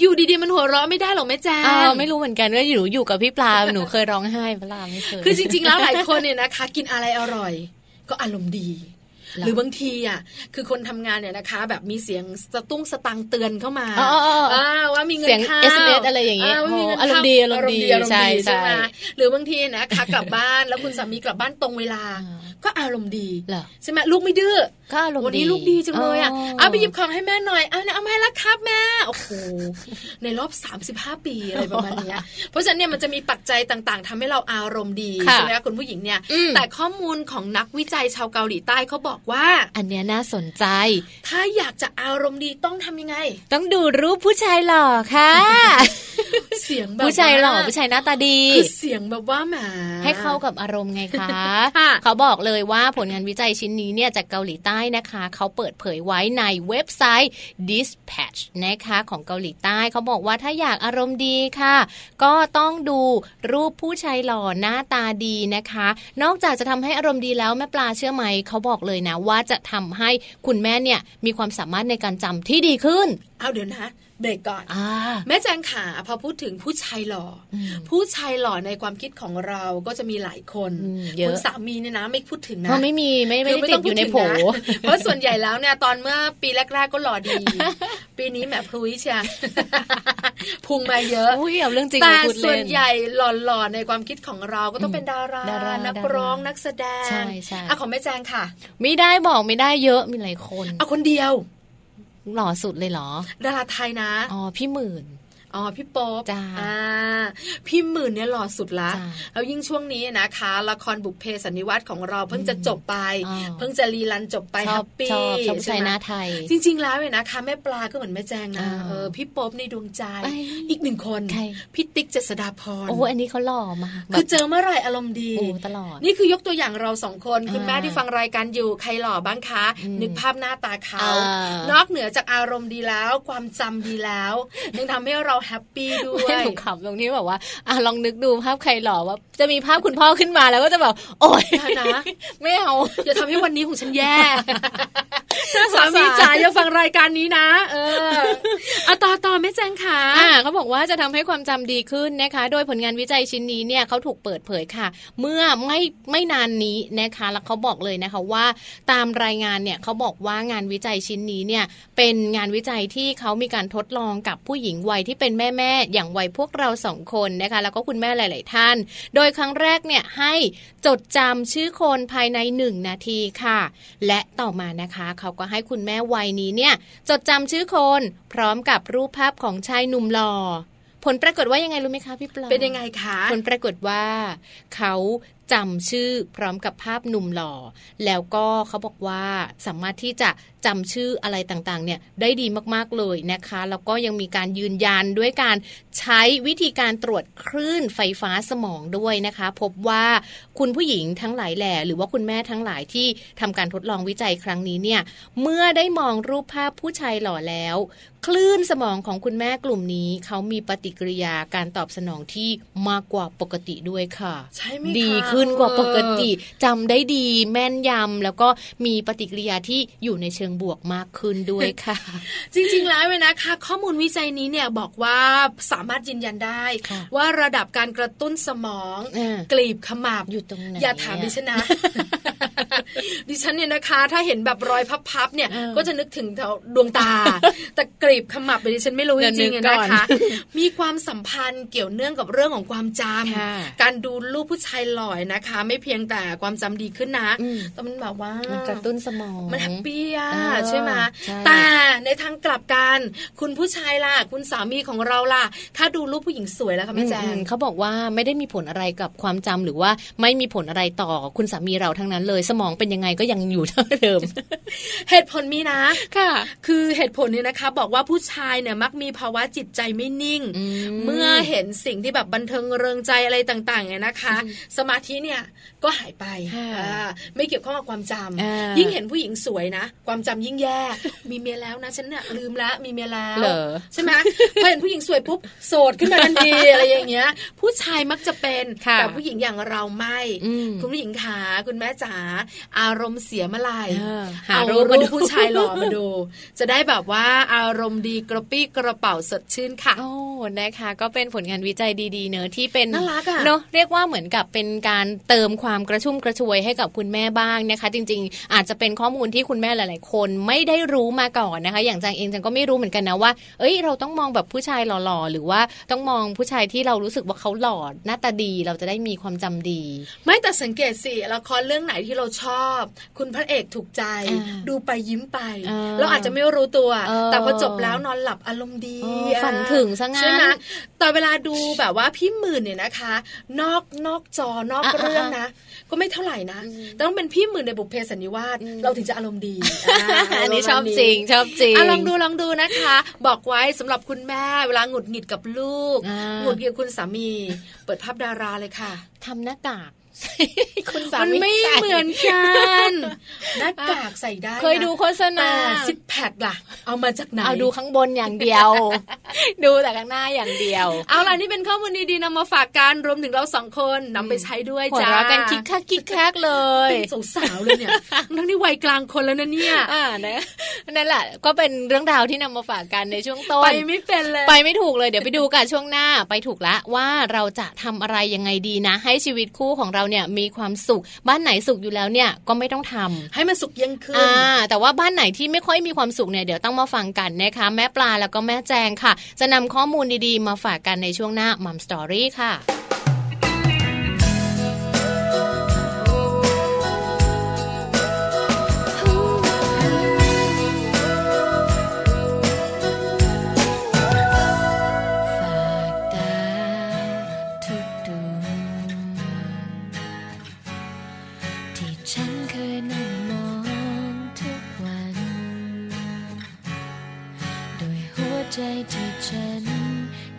Speaker 3: อยู่ดีๆมันหัวเราะไม่ได้หรอกแม่แจง
Speaker 2: อ้าวไม่รู้เหมือนกันว่าอยู่อยู่กับพี่ปลาหนูเคยร้องไห้เปะล่าไม่เคย
Speaker 3: คือจริงๆ แล้วหลายคนเนี่ยนะคะ กินอะไรอร่อย ก็อารมณ์ดี
Speaker 2: หรอ
Speaker 3: หรือบางทีอ่ะคือคนทำงานเนี่ยนะคะ แบบมีเสียงสะตุ้งสะตังเตือนเข้ามา
Speaker 2: อ๋ออ๋ออ๋ออ่
Speaker 3: าว่ามีเงิน
Speaker 2: เสียง
Speaker 3: เข้า
Speaker 2: SMS อะไรอย่างเงี้ย
Speaker 3: ว่มีเงินเข้
Speaker 2: อารมณ์ดีอารมณ์ดี
Speaker 3: อารมณ์
Speaker 2: ใช่
Speaker 3: ดี
Speaker 2: ใช่
Speaker 3: ใช่ไหมหรือบางทีนะคะกลับบ้านแล้วคุณสามีกลับบ้านตรงเวลา
Speaker 2: อ่า
Speaker 3: ก็อารมณ์ดี
Speaker 2: เหรอ
Speaker 3: ใช่ไหมลูกไม่ดื้อ
Speaker 2: ก็อารมณ์ดี
Speaker 3: วันนี้ลูกดีจังเลยอ่ะเอาไปหยิบของให้แม่หน่อยเอานะเอามาให้และครับแม่ โอ้โห ในรอบ 35 ปีอะไรประมาณเนี้ย เพราะฉะนั้นเนี่ยมันจะมีปัจจัยต่างๆทำให้เราอารมณ์ดี
Speaker 2: ค่ะ
Speaker 3: ใช่ไหมคะคุณผู้หญิงเนี่ย
Speaker 2: อืม
Speaker 3: แต่ข้อมูลของนักวิจัยชาวเกาหลีใต้เขาบอกว่า
Speaker 2: อันเนี้ยน่าสนใจ
Speaker 3: ถ้าอยากจะอารมณ์ดีต้องทำยังไง
Speaker 2: ต้องดูรูปผู้ชายหล่อค่ะ
Speaker 3: เสียงแบบ
Speaker 2: ผู้ชายหล่อ
Speaker 3: ว่
Speaker 2: ผู้ชายหน้าตาดี
Speaker 3: คือเสียงแบบว่าแหม
Speaker 2: ให้เข้ากับอารมณ์ไงคะ
Speaker 3: ค่ะ
Speaker 2: เขาบอกเลยว่าผลงานวิจัยชิ้นนี้เนี่ยจากเกาหลีใต้นะคะ เขาเปิดเผยไว้ในเว็บไซต์ Dispatch นะคะของเกาหลีใต้เขาบอกว่าถ้าอยากอารมณ์ดีค่ะ ก็ต้องดูรูปผู้ชายหล่อหน้าตาดีนะคะ นอกจากจะทำให้อารมณ์ดีแล้วแม่ปลาเชื่อไหมเขาบอกเลยนะ ว่าจะทำให้คุณแม่เนี่ยมีความสามารถในการจำที่ดีขึ้น
Speaker 3: เอาเดี๋ยวนะเบรกก่อน
Speaker 2: อ่า
Speaker 3: แม่แจงขาพอพูดถึงผู้ชายหล่ออ
Speaker 2: ม
Speaker 3: ผู้ชายหล่อในความคิดของเราก็จะมีหลายคน
Speaker 2: อืมเยอะ
Speaker 3: คุณสามีเนี่ยนะไม่พูดถึงนะ
Speaker 2: เพราะไม่มีไม่ไม่
Speaker 3: คื
Speaker 2: ได้ติดอยู่ในโผ
Speaker 3: นะเพราะส่วนใหญ่แล้วเนี่ยตอนเมื่อปีแรก ๆก็หล่อดี
Speaker 2: <laughs>
Speaker 3: ปีนี้แหมพลุยเชีย <laughs> พุงมาเยอะ
Speaker 2: อุ้ยเอาเรื่องจริง
Speaker 3: แต่
Speaker 2: มาพูด
Speaker 3: ส่
Speaker 2: เล่
Speaker 3: วน
Speaker 2: น
Speaker 3: ใหญ่หล่อๆในความคิดของเราก็ต้องเป็นดารา
Speaker 2: ดารา
Speaker 3: นัก
Speaker 2: ดารา
Speaker 3: ร้องนักแสดง
Speaker 2: ใช่ใช่
Speaker 3: อ่ะของแม่แจงค่ะ
Speaker 2: ไม่ได้บอกไม่ได้เยอะมีหลายคน
Speaker 3: เอาคนเดียว
Speaker 2: หล่อสุดเลยเหรอ
Speaker 3: ดาราไทยนะ
Speaker 2: อ๋อ พี่หมื่น
Speaker 3: อ๋อพี่โป๊ป
Speaker 2: จ้า
Speaker 3: อ่าพี่หมื่นเนี่ยหล่อสุดละ
Speaker 2: จ้า
Speaker 3: แล้วยิ่งช่วงนี้นะคะ ละครบุพเพสันนิวาสของเราเพิ่งจะจบไป
Speaker 2: อ๋อ
Speaker 3: เพิ่งจะรีรันจบไป
Speaker 2: ช
Speaker 3: แฮ
Speaker 2: อบ
Speaker 3: ปปี้
Speaker 2: ชอบชอบผู้ชายหน้าไทย
Speaker 3: จริง ๆ แล้วเนี่ยนะคะ แม่ปลาก็เหมือนแม่แจงนะ
Speaker 2: อ่า
Speaker 3: เออพี่โป๊บในดวงใจ
Speaker 2: เอ้ย
Speaker 3: อีกหนึ่งคน
Speaker 2: ใคร
Speaker 3: พี่ติ๊กเจษดาพร
Speaker 2: โอ้อันนี้เขาหล่อมากแบบ
Speaker 3: คือเจอเมื่อไหร่อารมณ์ดี
Speaker 2: โอ้ตลอด
Speaker 3: นี่คือยกตัวอย่างเราสองคนคุณ
Speaker 2: อ่า
Speaker 3: แม่ที่ฟังรายการอยู่ใครหล่อบ้างคะ
Speaker 2: อืม
Speaker 3: นึกภาพหน้าตาเขา
Speaker 2: อ่าน
Speaker 3: อกเหนือจากอารมณ์ดีแล้วความจำดี
Speaker 2: <laughs>
Speaker 3: แล้วยังทำให้เราแฮปปี้ด้ว
Speaker 2: ไม่
Speaker 3: ย
Speaker 2: ถูกขับตรงที่แบบว่าอ่ะลองนึกดูภาพใครหล่อว่า จะมีภาพคุณพ่อขึ้นมาแล้วก็จะแบบ โอ๊ย
Speaker 3: ได้นะ
Speaker 2: ไม่เอา
Speaker 3: อย่าทำให้วันนี้ของฉันแย่
Speaker 2: <laughs> ส
Speaker 3: สาง
Speaker 2: สาร
Speaker 3: มีจ๋าอย่าฟังรายการนี้นะ เอ
Speaker 2: <laughs>
Speaker 3: ออะต่อต่อแม่แจงค่ะ
Speaker 2: อ่าเขาบอกว่าจะทำให้ความจำดีขึ้นนะคะ โดยผลงานวิจัยชิ้นนี้เนี่ยเขาถูกเปิดเผยค่ะ เมื่อไม่ไม่นานนี้นะคะ แล้วเขาบอกเลยนะคะว่าตามรายงานเนี่ยเขาบอกว่างานวิจัยชิ้นนี้เนี่ยเป็นงานวิจัยที่เขามีการทดลองกับผู้หญิงวัยที่เป็นแม่แม่ๆอย่างวัยพวกเราสองคนนะคะ แล้วก็คุณแม่หลาย ๆ ท่าน โดยครั้งแรกเนี่ยให้จดจำชื่อคนภายใน 1 นาทีค่ะ และต่อมานะคะเขาก็ให้คุณแม่วัยนี้เนี่ยจดจำชื่อคนพร้อมกับรูปภาพของชายหนุ่มหล่อผลปรากฏว่ายังไงรู้ไหมคะพี่ปลา
Speaker 3: เป็นยังไงคะ
Speaker 2: ผลปรากฏว่า เขาจำชื่อพร้อมกับภาพหนุ่มหล่อ แล้วก็เขาบอกว่าสามารถที่จะจำชื่ออะไรต่างๆเนี่ยได้ดีมากๆเลยนะคะ แล้วก็ยังมีการยืนยันด้วยการใช้วิธีการตรวจคลื่นไฟฟ้าสมองด้วยนะคะ พบว่าคุณผู้หญิงทั้งหลายแหล่หรือว่าคุณแม่ทั้งหลายที่ทำการทดลองวิจัยครั้งนี้เนี่ยเมื่อได้มองรูปภาพผู้ชายหล่อแล้ว คลื่นสมองของคุณแม่กลุ่มนี้ เขามีปฏิกิริยาการตอบสนองที่มากกว่าปกติด้วยค่ะ
Speaker 3: ใช่ไหมคะ
Speaker 2: ดีขึ้นกว่าปกติจำได้ดีแม่นยำแล้วก็มีปฏิกิริยาที่อยู่ในเชิงบวกมากขึ้นด้วยค่ะ
Speaker 3: จริง ๆ แล้วเนี่ยนะคะ ข้อมูลวิจัยนี้เนี่ยบอกว่าสามารถยืนยันได้
Speaker 2: ค่ะ
Speaker 3: ว่าระดับการกระตุ้นสมอง
Speaker 2: อ่าก
Speaker 3: ลีบขมับ
Speaker 2: อยู่ตรงไหน <laughs>
Speaker 3: อย่าถามดิฉันนะ ดิฉันเนี่ยนะคะ ถ้าเห็นแบบรอยพับๆเนี่ย
Speaker 2: เออ
Speaker 3: ก็จะนึกถึงแถวดวง
Speaker 2: <laughs>
Speaker 3: ตา แต่กรีบขมับไปดิฉันไม่รู้
Speaker 2: เดี๋
Speaker 3: จ
Speaker 2: ยว
Speaker 3: ริงๆ
Speaker 2: นึ
Speaker 3: อะ
Speaker 2: กก่
Speaker 3: นะ
Speaker 2: อน
Speaker 3: คะ <laughs> มีความสัมพันธ์เกี่ยวเนื่องกับเรื่องของความจำ
Speaker 2: ค่ะ
Speaker 3: การดูรูปผู้ชายหล่อยนะคะ ไม่เพียงแต่ความจำดีขึ้นนะ
Speaker 2: อืม
Speaker 3: แต่มันแบบว่า
Speaker 2: มันกระตุ้นสมอง
Speaker 3: มันแฮปปี้อะ
Speaker 2: เออ
Speaker 3: ใช่ไหม
Speaker 2: ใช่
Speaker 3: แต่ในทางกลับกันคุณผู้ชายล่ะ คุณสามีของเราล่ะ ถ้าดูรูปผู้หญิงสวยแล้วค่ะแม่แจ
Speaker 2: อื
Speaker 3: ง
Speaker 2: มเขาบอกว่าไม่ได้มีผลอะไรกับความจำหรือว่าไม่มีผลอะไรต่อคุณสามีเราทั้งนั้นเลย สมองเป็นยังไงก็ยังอยู่เท่าเดิม
Speaker 3: เหตุผลมีนะ
Speaker 2: ค่ะ
Speaker 3: คือเหตุผลเนี่ยนะคะ บอกว่าผู้ชายเนี่ยมักมีภาวะจิตใจไม่นิ่ง เมื่อเห็นสิ่งที่แบบบันเทิงเริงใจอะไรต่างๆเนี่ยนะคะ สมาธิเนี่ยก็หายไป
Speaker 2: ค่ะ
Speaker 3: อ่าไม่เกี่ยวข้องกับความจำ
Speaker 2: อ่ายิ่
Speaker 3: ยิ่งเห็นผู้หญิงสวยนะ ความจำยิ่งแย่ มีเมียแล้วนะฉันเนี่ยลืมแล้วมีเมียแล้ว
Speaker 2: เหรอ
Speaker 3: ใช่ไหม <laughs> พอเห็นผู้หญิงสวยปุ๊บโสดขึ้นมาทันที <laughs> อะไรอย่างเงี้ย ผู้ชายมักจะเป็น
Speaker 2: ค่ะ
Speaker 3: แต่ผู้หญิงอย่างเราไม่
Speaker 2: อืม
Speaker 3: คุณผู้หญิงขาคุณแม่จ๋าอารมณ์เสียเมื่อไหร่
Speaker 2: เออหา
Speaker 3: เอา
Speaker 2: รู
Speaker 3: รูป
Speaker 2: ปมาดู
Speaker 3: ผู้ชายหล่อมาดู จะได้แบบว่าอารมณ์ดีกระปี้กระเป๋าสดชื่นค่ะ
Speaker 2: โอ้นะคะ ก็เป็นผลงานวิจัยดีๆ เนอะที่เป็น
Speaker 3: น่ารักอะ
Speaker 2: เนอะเรียกว่าเหมือนกับเป็นการเติมความกระชุ่มกระชวยให้กับคุณแม่บ้างนะคะ จริง ๆ อาจจะเป็นข้อมูลที่คุณแม่หลาย ๆ คนไม่ได้รู้มาก่อนนะคะ อย่างจางเองจางก็ไม่รู้เหมือนกันนะว่า เอ้ยเราต้องมองแบบผู้ชายหล่อๆ หรือว่าต้องมองผู้ชายที่เรารู้สึกว่าเขาหล่อหน้าตาดีเราจะได้มีความจำดี
Speaker 3: ไม่แต่สังเกตสิละครเรื่องไหนที่เราชอบ คุณพระเอกถูกใจ
Speaker 2: อ่า
Speaker 3: ดูไปยิ้มไป
Speaker 2: อ่า
Speaker 3: เราอาจจะไม่รู้ตัว
Speaker 2: เออ
Speaker 3: แต่พอจบแล้วนอนหลับอารมณ์ดี
Speaker 2: เออฝันถึงซะงั้น
Speaker 3: ใช่ไหมแต่เวลาดูแบบว่าพี่หมื่นเนี่ยนะคะ นอกนอกจอนอก
Speaker 2: อ่า
Speaker 3: เรื่องนะ ก็ไม่เท่าไหร่นะต้องเป็นพี่หมื่นในบุพเพสันนิวาส
Speaker 2: อืม
Speaker 3: เราถึงจะอารมณ์ดีา
Speaker 2: อันนี้ชอบ
Speaker 3: าณ์
Speaker 2: จริ
Speaker 3: ดี
Speaker 2: งชอบจริง
Speaker 3: อ่ะลองดูลองดูนะคะ บอกไว้สำหรับคุณแม่เวลาหงุดหงิดกับลูก
Speaker 2: อ่า
Speaker 3: หงุดหงิดกับคุณสามี เปิดภาพดาราเลยค่ะ
Speaker 2: ทำหน้ากากใส่คุณสา
Speaker 3: มัน
Speaker 2: มี
Speaker 3: ไม่
Speaker 2: ใส่
Speaker 3: เหมือนกันหน้ากากใส่ได้นะ
Speaker 2: เคยดูโฆษณา
Speaker 3: แต่ซิปแพคล่ะ เอามาจากไหน
Speaker 2: เอาดูข้างบนอย่างเดียว <laughs> ดูแต่ข้างหน้าอย่างเดียว
Speaker 3: เอาล่ะนี่เป็นข้อมูลดีๆนำมาฝากกันรวมถึงเราสองคนนำไปใช้ด้วย
Speaker 2: หัว
Speaker 3: จ้า
Speaker 2: เราะกันคิกคักคิกคักเล
Speaker 3: เป็
Speaker 2: ย
Speaker 3: นสาวๆเลย
Speaker 2: <laughs>
Speaker 3: เนี่ยทั้งที่วัยกลางคนแล้วนะเนี่ย
Speaker 2: อ่านะนั่นแหละ ก็เป็นเรื่องราวที่นำมาฝากกันในช่วงต้น
Speaker 3: ไปไม่เป็นเลย
Speaker 2: ไปไม่ถูกเลย เดี๋ยวไปดูกันช่วงหน้าไปถูกละว่าเราจะทำอะไรยังไงดีนะ ให้ชีวิตคู่ของเราเนี่ยมีความสุข บ้านไหนสุขอยู่แล้วเนี่ยก็ไม่ต้องทำ
Speaker 3: ให้มันสุกยังขึ้น
Speaker 2: อ่าแต่ว่าบ้านไหนที่ไม่ค่อยมีความสุขเนี่ยเดี๋ยวต้องมาฟังกันนะคะแม่ปลาแล้วก็แม่แจงค่ะ จะนำข้อมูลดีๆ มาฝากกันในช่วงหน้ามัมสตอรี่ค่ะ
Speaker 1: ฝากดาวทุกดวงที่ฉันเคยนั่งมองทุกวัน ด้วยหัวใจที่ฉัน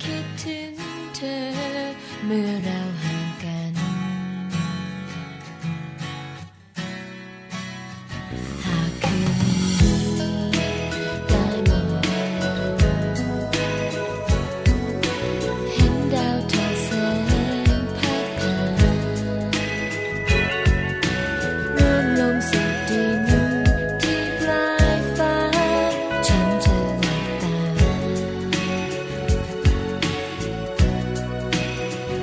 Speaker 1: คิดถึงเธอเมื่อเราห่างกัน หากคืนนี้ได้มอง เห็นดาวทอดแสงพัดผ่านร่วงลงสู่ดินที่ปลายฟ้า ฉันจะหลับตา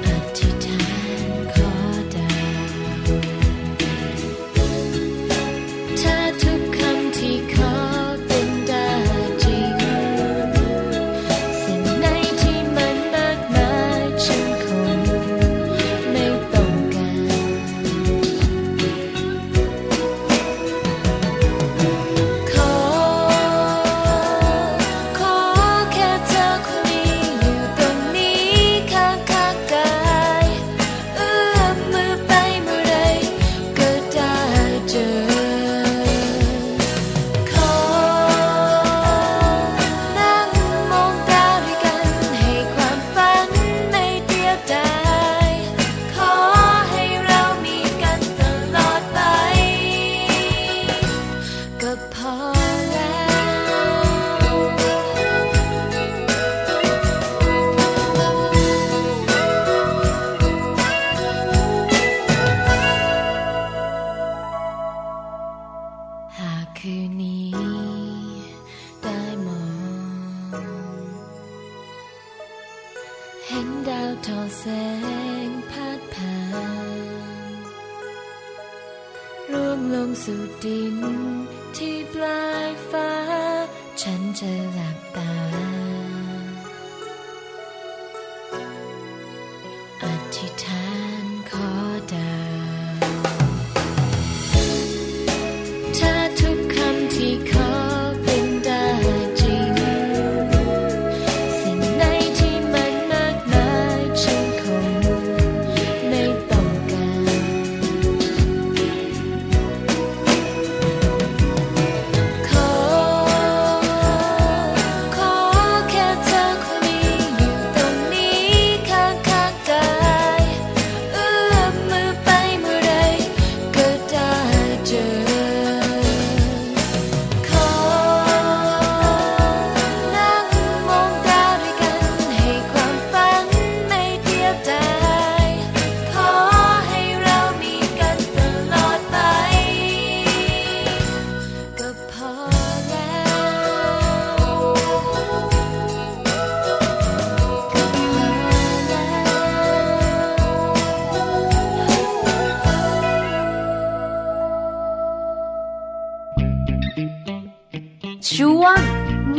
Speaker 1: อธิษฐานขอดาว ถ้าทุกคำที่ขอเป็นได้จริง สิ่งไหนที่มันมากมายฉันคงไม่ต้องการ ขอ ขอแค่เธอคนนี้อยู่ตรงนี้ข้างข้างกายเอื้อมมือไปเมื่อไรก็ได้เจอ ขอ นั่งมองตาด้วยกันให้ความฝันไม่เดียวดาย ขอให้เรามีกันตลอดไป ก็พอแล้ว หากคืนนี้ได้มอง เห็นดาวทอดแสงพัดผ่านร่วงล ลงสู่ดิน ที่ปลายฟ้า ฉันจะหลับตา อธิษฐานขอดาวถ้าทุกคำที่ขอเป็นได้จริง สิ่งไหนที่มันมากมายฉันคงไม่ต้องการ ขอ ขอแค่เธอคนนี้อยู่ตรงนี้ข้างข้างกายเอื้อมมือไปเมื่อไรก็ได้เจอ ขอ นั่งมองดาวด้วยกันให้ความฝันไม่เทียบได้ ขอให้เรามีกันตลอดไป ก็พอแล้ว
Speaker 6: ช่วง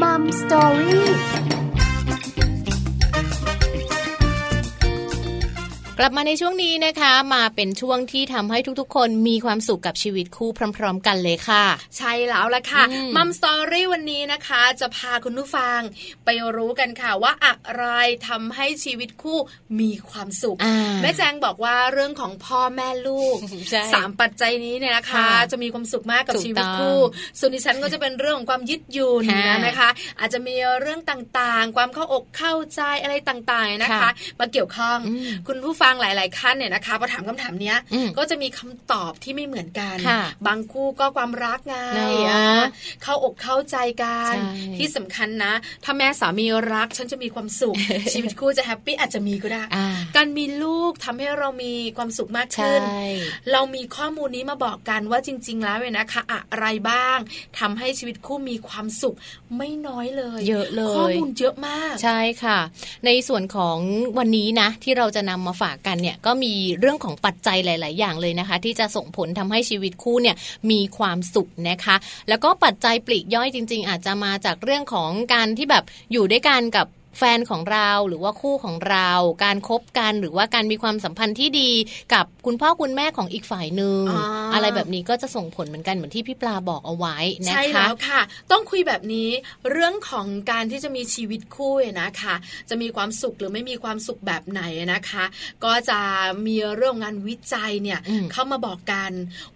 Speaker 6: มัมสตอรี่
Speaker 2: กลับมาในช่วงนี้นะคะมาเป็นช่วงที่ทำให้ทุกๆ คนมีความสุขกับชีวิตคู่พร้อม ๆ กันเลยค่ะ
Speaker 3: ใช่แล้วละค่ะ
Speaker 2: อืม
Speaker 3: มัมสตอรี่วันนี้นะคะ จะพาคุณผู้ฟัง ไปรู้กันค่ะว่าอะไรทำให้ชีวิตคู่มีความสุข
Speaker 2: อ่า
Speaker 3: แม่แจงบอกว่าเรื่องของพ่อแม่ลูก
Speaker 2: ใช่
Speaker 3: สามปัจจัยนี้เนี่ยนะคะ
Speaker 2: ค่ะ
Speaker 3: จะมีความสุขมากกับ
Speaker 2: ถูก
Speaker 3: ชีวิต
Speaker 2: ต้อง
Speaker 3: คู่ ส่วนดิฉันก็จะเป็นเรื่องของความยึดหยุ่น
Speaker 2: ค่ะ
Speaker 3: นะนะคะ อาจจะมีเรื่องต่างๆ ความเข้าอกเข้าใจอะไรต่างๆนะคะ
Speaker 2: ค่ะ
Speaker 3: มาเกี่ยวข้อง
Speaker 2: อืม
Speaker 3: คุณผู้ฟังหลาย ๆ ขั้นเนี่ยนะคะพอถามคำถามเนี้ย
Speaker 2: อืม
Speaker 3: ก็จะมีคำตอบที่ไม่เหมือนกัน
Speaker 2: ค่ะ
Speaker 3: บางคู่ก็ความรักไง
Speaker 2: เนาะ
Speaker 3: อ่ะเข้าอกเข้าใจกัน
Speaker 2: ใช่
Speaker 3: ที่สำคัญนะ ถ้าแม่สามีรัก ฉันจะมีความ
Speaker 2: <laughs>
Speaker 3: สุข ชีวิตคู่จะแฮปปี้อาจจะมีก็ได้
Speaker 2: อ่า
Speaker 3: การมีลูกทำให้เรามีความสุขมาก
Speaker 2: ใช่
Speaker 3: ขึ้น เรามีข้อมูลนี้มาบอกกันว่าจริง ๆ แล้วเนี่ยนะคะ อะไรบ้างทำให้ชีวิตคู่มีความสุขไม่น้อยเลย
Speaker 2: เยอะเลย
Speaker 3: ข้อมูลเยอะมาก
Speaker 2: ใช่ค่ะ ในส่วนของวันนี้นะ ที่เราจะนำมาฝากกันเนี่ยก็มีเรื่องของปัจจัยหลาย ๆ อย่างเลยนะคะ ที่จะส่งผลทำให้ชีวิตคู่เนี่ยมีความสุขนะคะ แล้วก็ปัจจัยปลีกย่อยจริง ๆ อาจจะมาจากเรื่องของการที่แบบอยู่ด้วยกันกับแฟนของเราหรือว่าคู่ของเรา การคบกันหรือว่าการมีความสัมพันธ์ที่ดีกับคุณพ่อคุณแม่ของอีกฝ่ายหนึ่ง
Speaker 3: อ่า
Speaker 2: ไรแบบนี้ก็จะส่งผลเหมือนกันเหมือนที่พี่ปลาบอกเอาไว้นะคะ
Speaker 3: ใช่แล้วค่ะ ต้องคุยแบบนี้เรื่องของการที่จะมีชีวิตคู่เนี่ยนะคะ จะมีความสุขหรือไม่มีความสุขแบบไหนนะคะ ก็จะมีเรื่องงานวิจัยเนี่ย
Speaker 2: อืม
Speaker 3: เข้ามาบอกกัน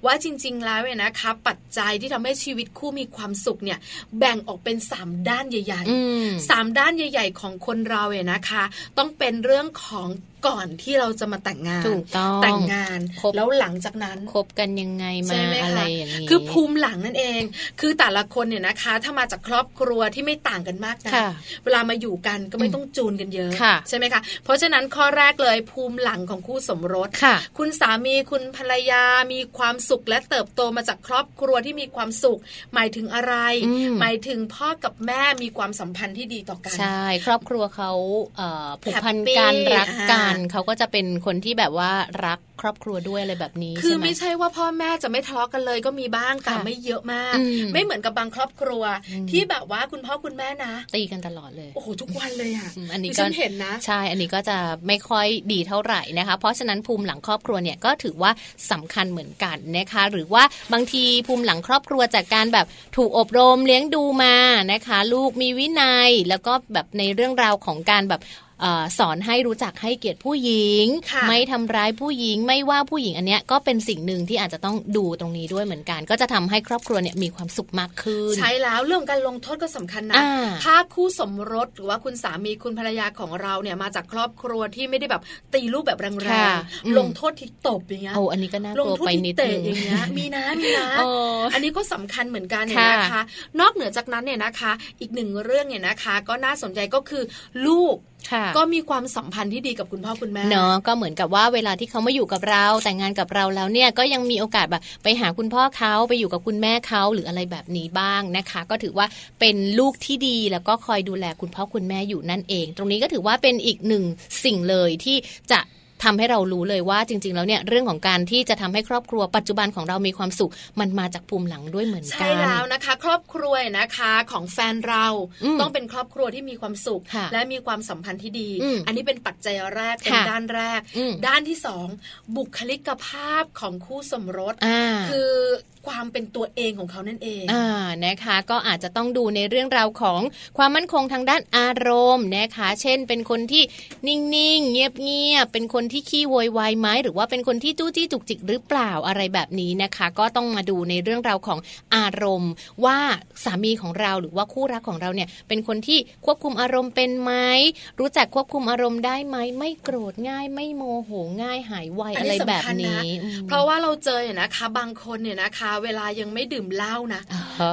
Speaker 3: ว่าจริง ๆ แล้วเนี่ยนะคะ ปัจจัยที่ทำให้ชีวิตคู่มีความสุขเนี่ยแบ่งออกเป็น 3 ด้านใหญ่
Speaker 2: อืม
Speaker 3: สามด้านใหญ่ ๆ ของคนเราเนี่ยนะคะ ต้องเป็นเรื่องของก่อนที่เราจะมาแต่งงาน
Speaker 2: ถูกต้อง
Speaker 3: แต่งงาน
Speaker 2: ครบ
Speaker 3: แล้วหลังจากนั้น
Speaker 2: คบกันยังไง
Speaker 3: ใช่
Speaker 2: มา
Speaker 3: ไหมคะ
Speaker 2: อะไรอย่างนี้
Speaker 3: คือภูมิหลังนั่นเอง คือแต่ละคนเนี่ยนะคะ ถ้ามาจากครอบครัวที่ไม่ต่างกันมากนะ
Speaker 2: ค่ะ
Speaker 3: เวลามาอยู่กันก็ไม่ต้องจูนกันเยอะ
Speaker 2: ค่ะ
Speaker 3: ใช่ไหมคะ เพราะฉะนั้นข้อแรกเลยภูมิหลังของคู่สมรส
Speaker 2: ค่ะ
Speaker 3: คุณสามีคุณภรรยามีความสุขและเติบโตมาจากครอบครัวที่มีความสุข หมายถึงอะไร
Speaker 2: อืม
Speaker 3: หมายถึงพ่อกับแม่มีความสัมพันธ์ที่ดีต่อกัน
Speaker 2: ใช่ ครอบครัวเขาเอ่อผูกพัน
Speaker 3: Happy
Speaker 2: กันรักกัน
Speaker 3: อ่า
Speaker 2: เขาก็จะเป็นคนที่แบบว่ารักครอบครัวด้วยอะไรแบบนี้
Speaker 3: คือ
Speaker 2: ใช่ไหม
Speaker 3: ไม่ใช่ว่าพ่อแม่จะไม่ทะเลาะกันเลยก็มีบ้างแต่
Speaker 2: ค่ะ
Speaker 3: ไม่เยอะมาก
Speaker 2: อืม
Speaker 3: ไม่เหมือนกับบางครอบครัว
Speaker 2: อืม
Speaker 3: ที่แบบว่าคุณพ่อคุณแม่นะ
Speaker 2: ตีกันตลอดเลย
Speaker 3: โอ้โหทุกวันเลยอ่ะ
Speaker 2: อืมอันนี้
Speaker 3: ดิ
Speaker 2: ก็
Speaker 3: ฉันเห็นนะ
Speaker 2: ใช่ อันนี้ก็จะไม่ค่อยดีเท่าไหร่นะคะ เพราะฉะนั้นภูมิหลังครอบครัวเนี่ยก็ถือว่าสำคัญเหมือนกันนะคะ หรือว่าบางทีภูมิหลังครอบครัวจากการแบบถูกอบรมเลี้ยงดูมานะคะ ลูกมีวินัย แล้วก็แบบในเรื่องราวของการแบบเอ่อสอนให้รู้จักให้เกียรติผู้หญิง
Speaker 3: ค่ะ
Speaker 2: ไไม่ทำร้ายผู้หญิงไม่ว่าผู้หญิงอันเนี้ยก็เป็นสิ่งหนึ่งที่อาจจะต้องดูตรงนี้ด้วยเหมือนกัน ก็จะทำให้ครอบครัวเนี่ยมีความสุขมากขึ้น
Speaker 3: ใช้แล้วเรื่องการลงโทษก็สำคัญนะ
Speaker 2: อ่า
Speaker 3: ถ้าคู่สมรสหรือว่าคุณสามีคุณภรรยาของเราเนี่ยมาจากครอบครัวที่ไม่ได้แบบตีลูกแบบแรง
Speaker 2: ค่ะอืม
Speaker 3: ๆลงโทษที่ตบอย่างเงี้ย
Speaker 2: โอ้อันนี้ก็น่า
Speaker 3: ล
Speaker 2: ก
Speaker 3: ง
Speaker 2: ลัว
Speaker 3: โทษ
Speaker 2: ไปนิ
Speaker 3: ที่
Speaker 2: ด
Speaker 3: เตะอ
Speaker 2: นึง
Speaker 3: ย่างเงี้ยมีนะมีนะ
Speaker 2: โอ้
Speaker 3: อันนี้ก็สำคัญเหมือนกันเนี่ย
Speaker 2: ค่ะ
Speaker 3: นะคะ นอกเหนือจากนั้นเนี่ยนะคะ อีกหนึ่งเรื่องเนี่ยนะคะ ก็น่าสนใจก็คือลูก
Speaker 2: ค่ะ
Speaker 3: ก็มีความสัมพันธ์ที่ดีกับคุณพ่อคุณแม่
Speaker 2: เนาะก็เหมือนกับว่าเวลาที่เขามาอยู่กับเรา แต่งงานกับเราแล้วเนี่ยก็ยังมีโอกาสแบบไปหาคุณพ่อเขาไปอยู่กับคุณแม่เขาหรืออะไรแบบนี้บ้างนะคะ ก็ถือว่าเป็นลูกที่ดีแล้วก็คอยดูแลคุณพ่อคุณแม่อยู่นั่นเอง ตรงนี้ก็ถือว่าเป็นอีกหนึ่งสิ่งเลยที่จะ ทำให้เรารู้เลยว่าจริง ๆ แล้วเนี่ยเรื่องของการที่จะทำให้ครอบครัวปัจจุบันของเรามีความสุข มันมาจากภูมิหลังด้วยเหมือนกั
Speaker 3: ใช่
Speaker 2: น
Speaker 3: แล้วนะคะ ครอบครัวนะคะของแฟนเรา
Speaker 2: อืม
Speaker 3: ต้องเป็นครอบครัวที่มีความสุข
Speaker 2: ค่ะ
Speaker 3: และมีความสัมพันธ์ที่ดี
Speaker 2: อืม
Speaker 3: อันนี้เป็นปัจจัยแรกเป็น
Speaker 2: ค่ะ
Speaker 3: ด้านแรก
Speaker 2: อืม
Speaker 3: ด้านที่สองบุคลิกภาพของคู่สมรส
Speaker 2: อ่า
Speaker 3: คือความเป็นตัวเองของเขานั่นเอง
Speaker 2: อ่านะคะก็อาจจะต้องดูในเรื่องราวของความมั่นคงทางด้านอารมณ์นะคะ เช่น เป็นคนที่นิ่งๆ เงียบๆ เป็นคนที่ขี้โวยวายไหมหรือว่าเป็นคนที่จู้จี้จุกจิกหรือเปล่าอะไรแบบนี้นะคะ ก็ต้องมาดูในเรื่องราวของอารมณ์ ว่าสามีของเราหรือว่าคู่รักของเราเนี่ยเป็นคนที่ควบคุมอารมณ์เป็นไหมรู้จักควบคุมอารมณ์ได้ไหมไม่โกรธง่าย ไม่โมโหง่ายหายไว
Speaker 3: อัน
Speaker 2: อะไร
Speaker 3: นี้
Speaker 2: แบ
Speaker 3: สำ
Speaker 2: บ
Speaker 3: คัญนะ
Speaker 2: นี้อืม
Speaker 3: เพราะว่าเราเจอเนี่ยนะคะ บางคนเนี่ยนะคะ เวลายังไม่ดื่มเหล้านะ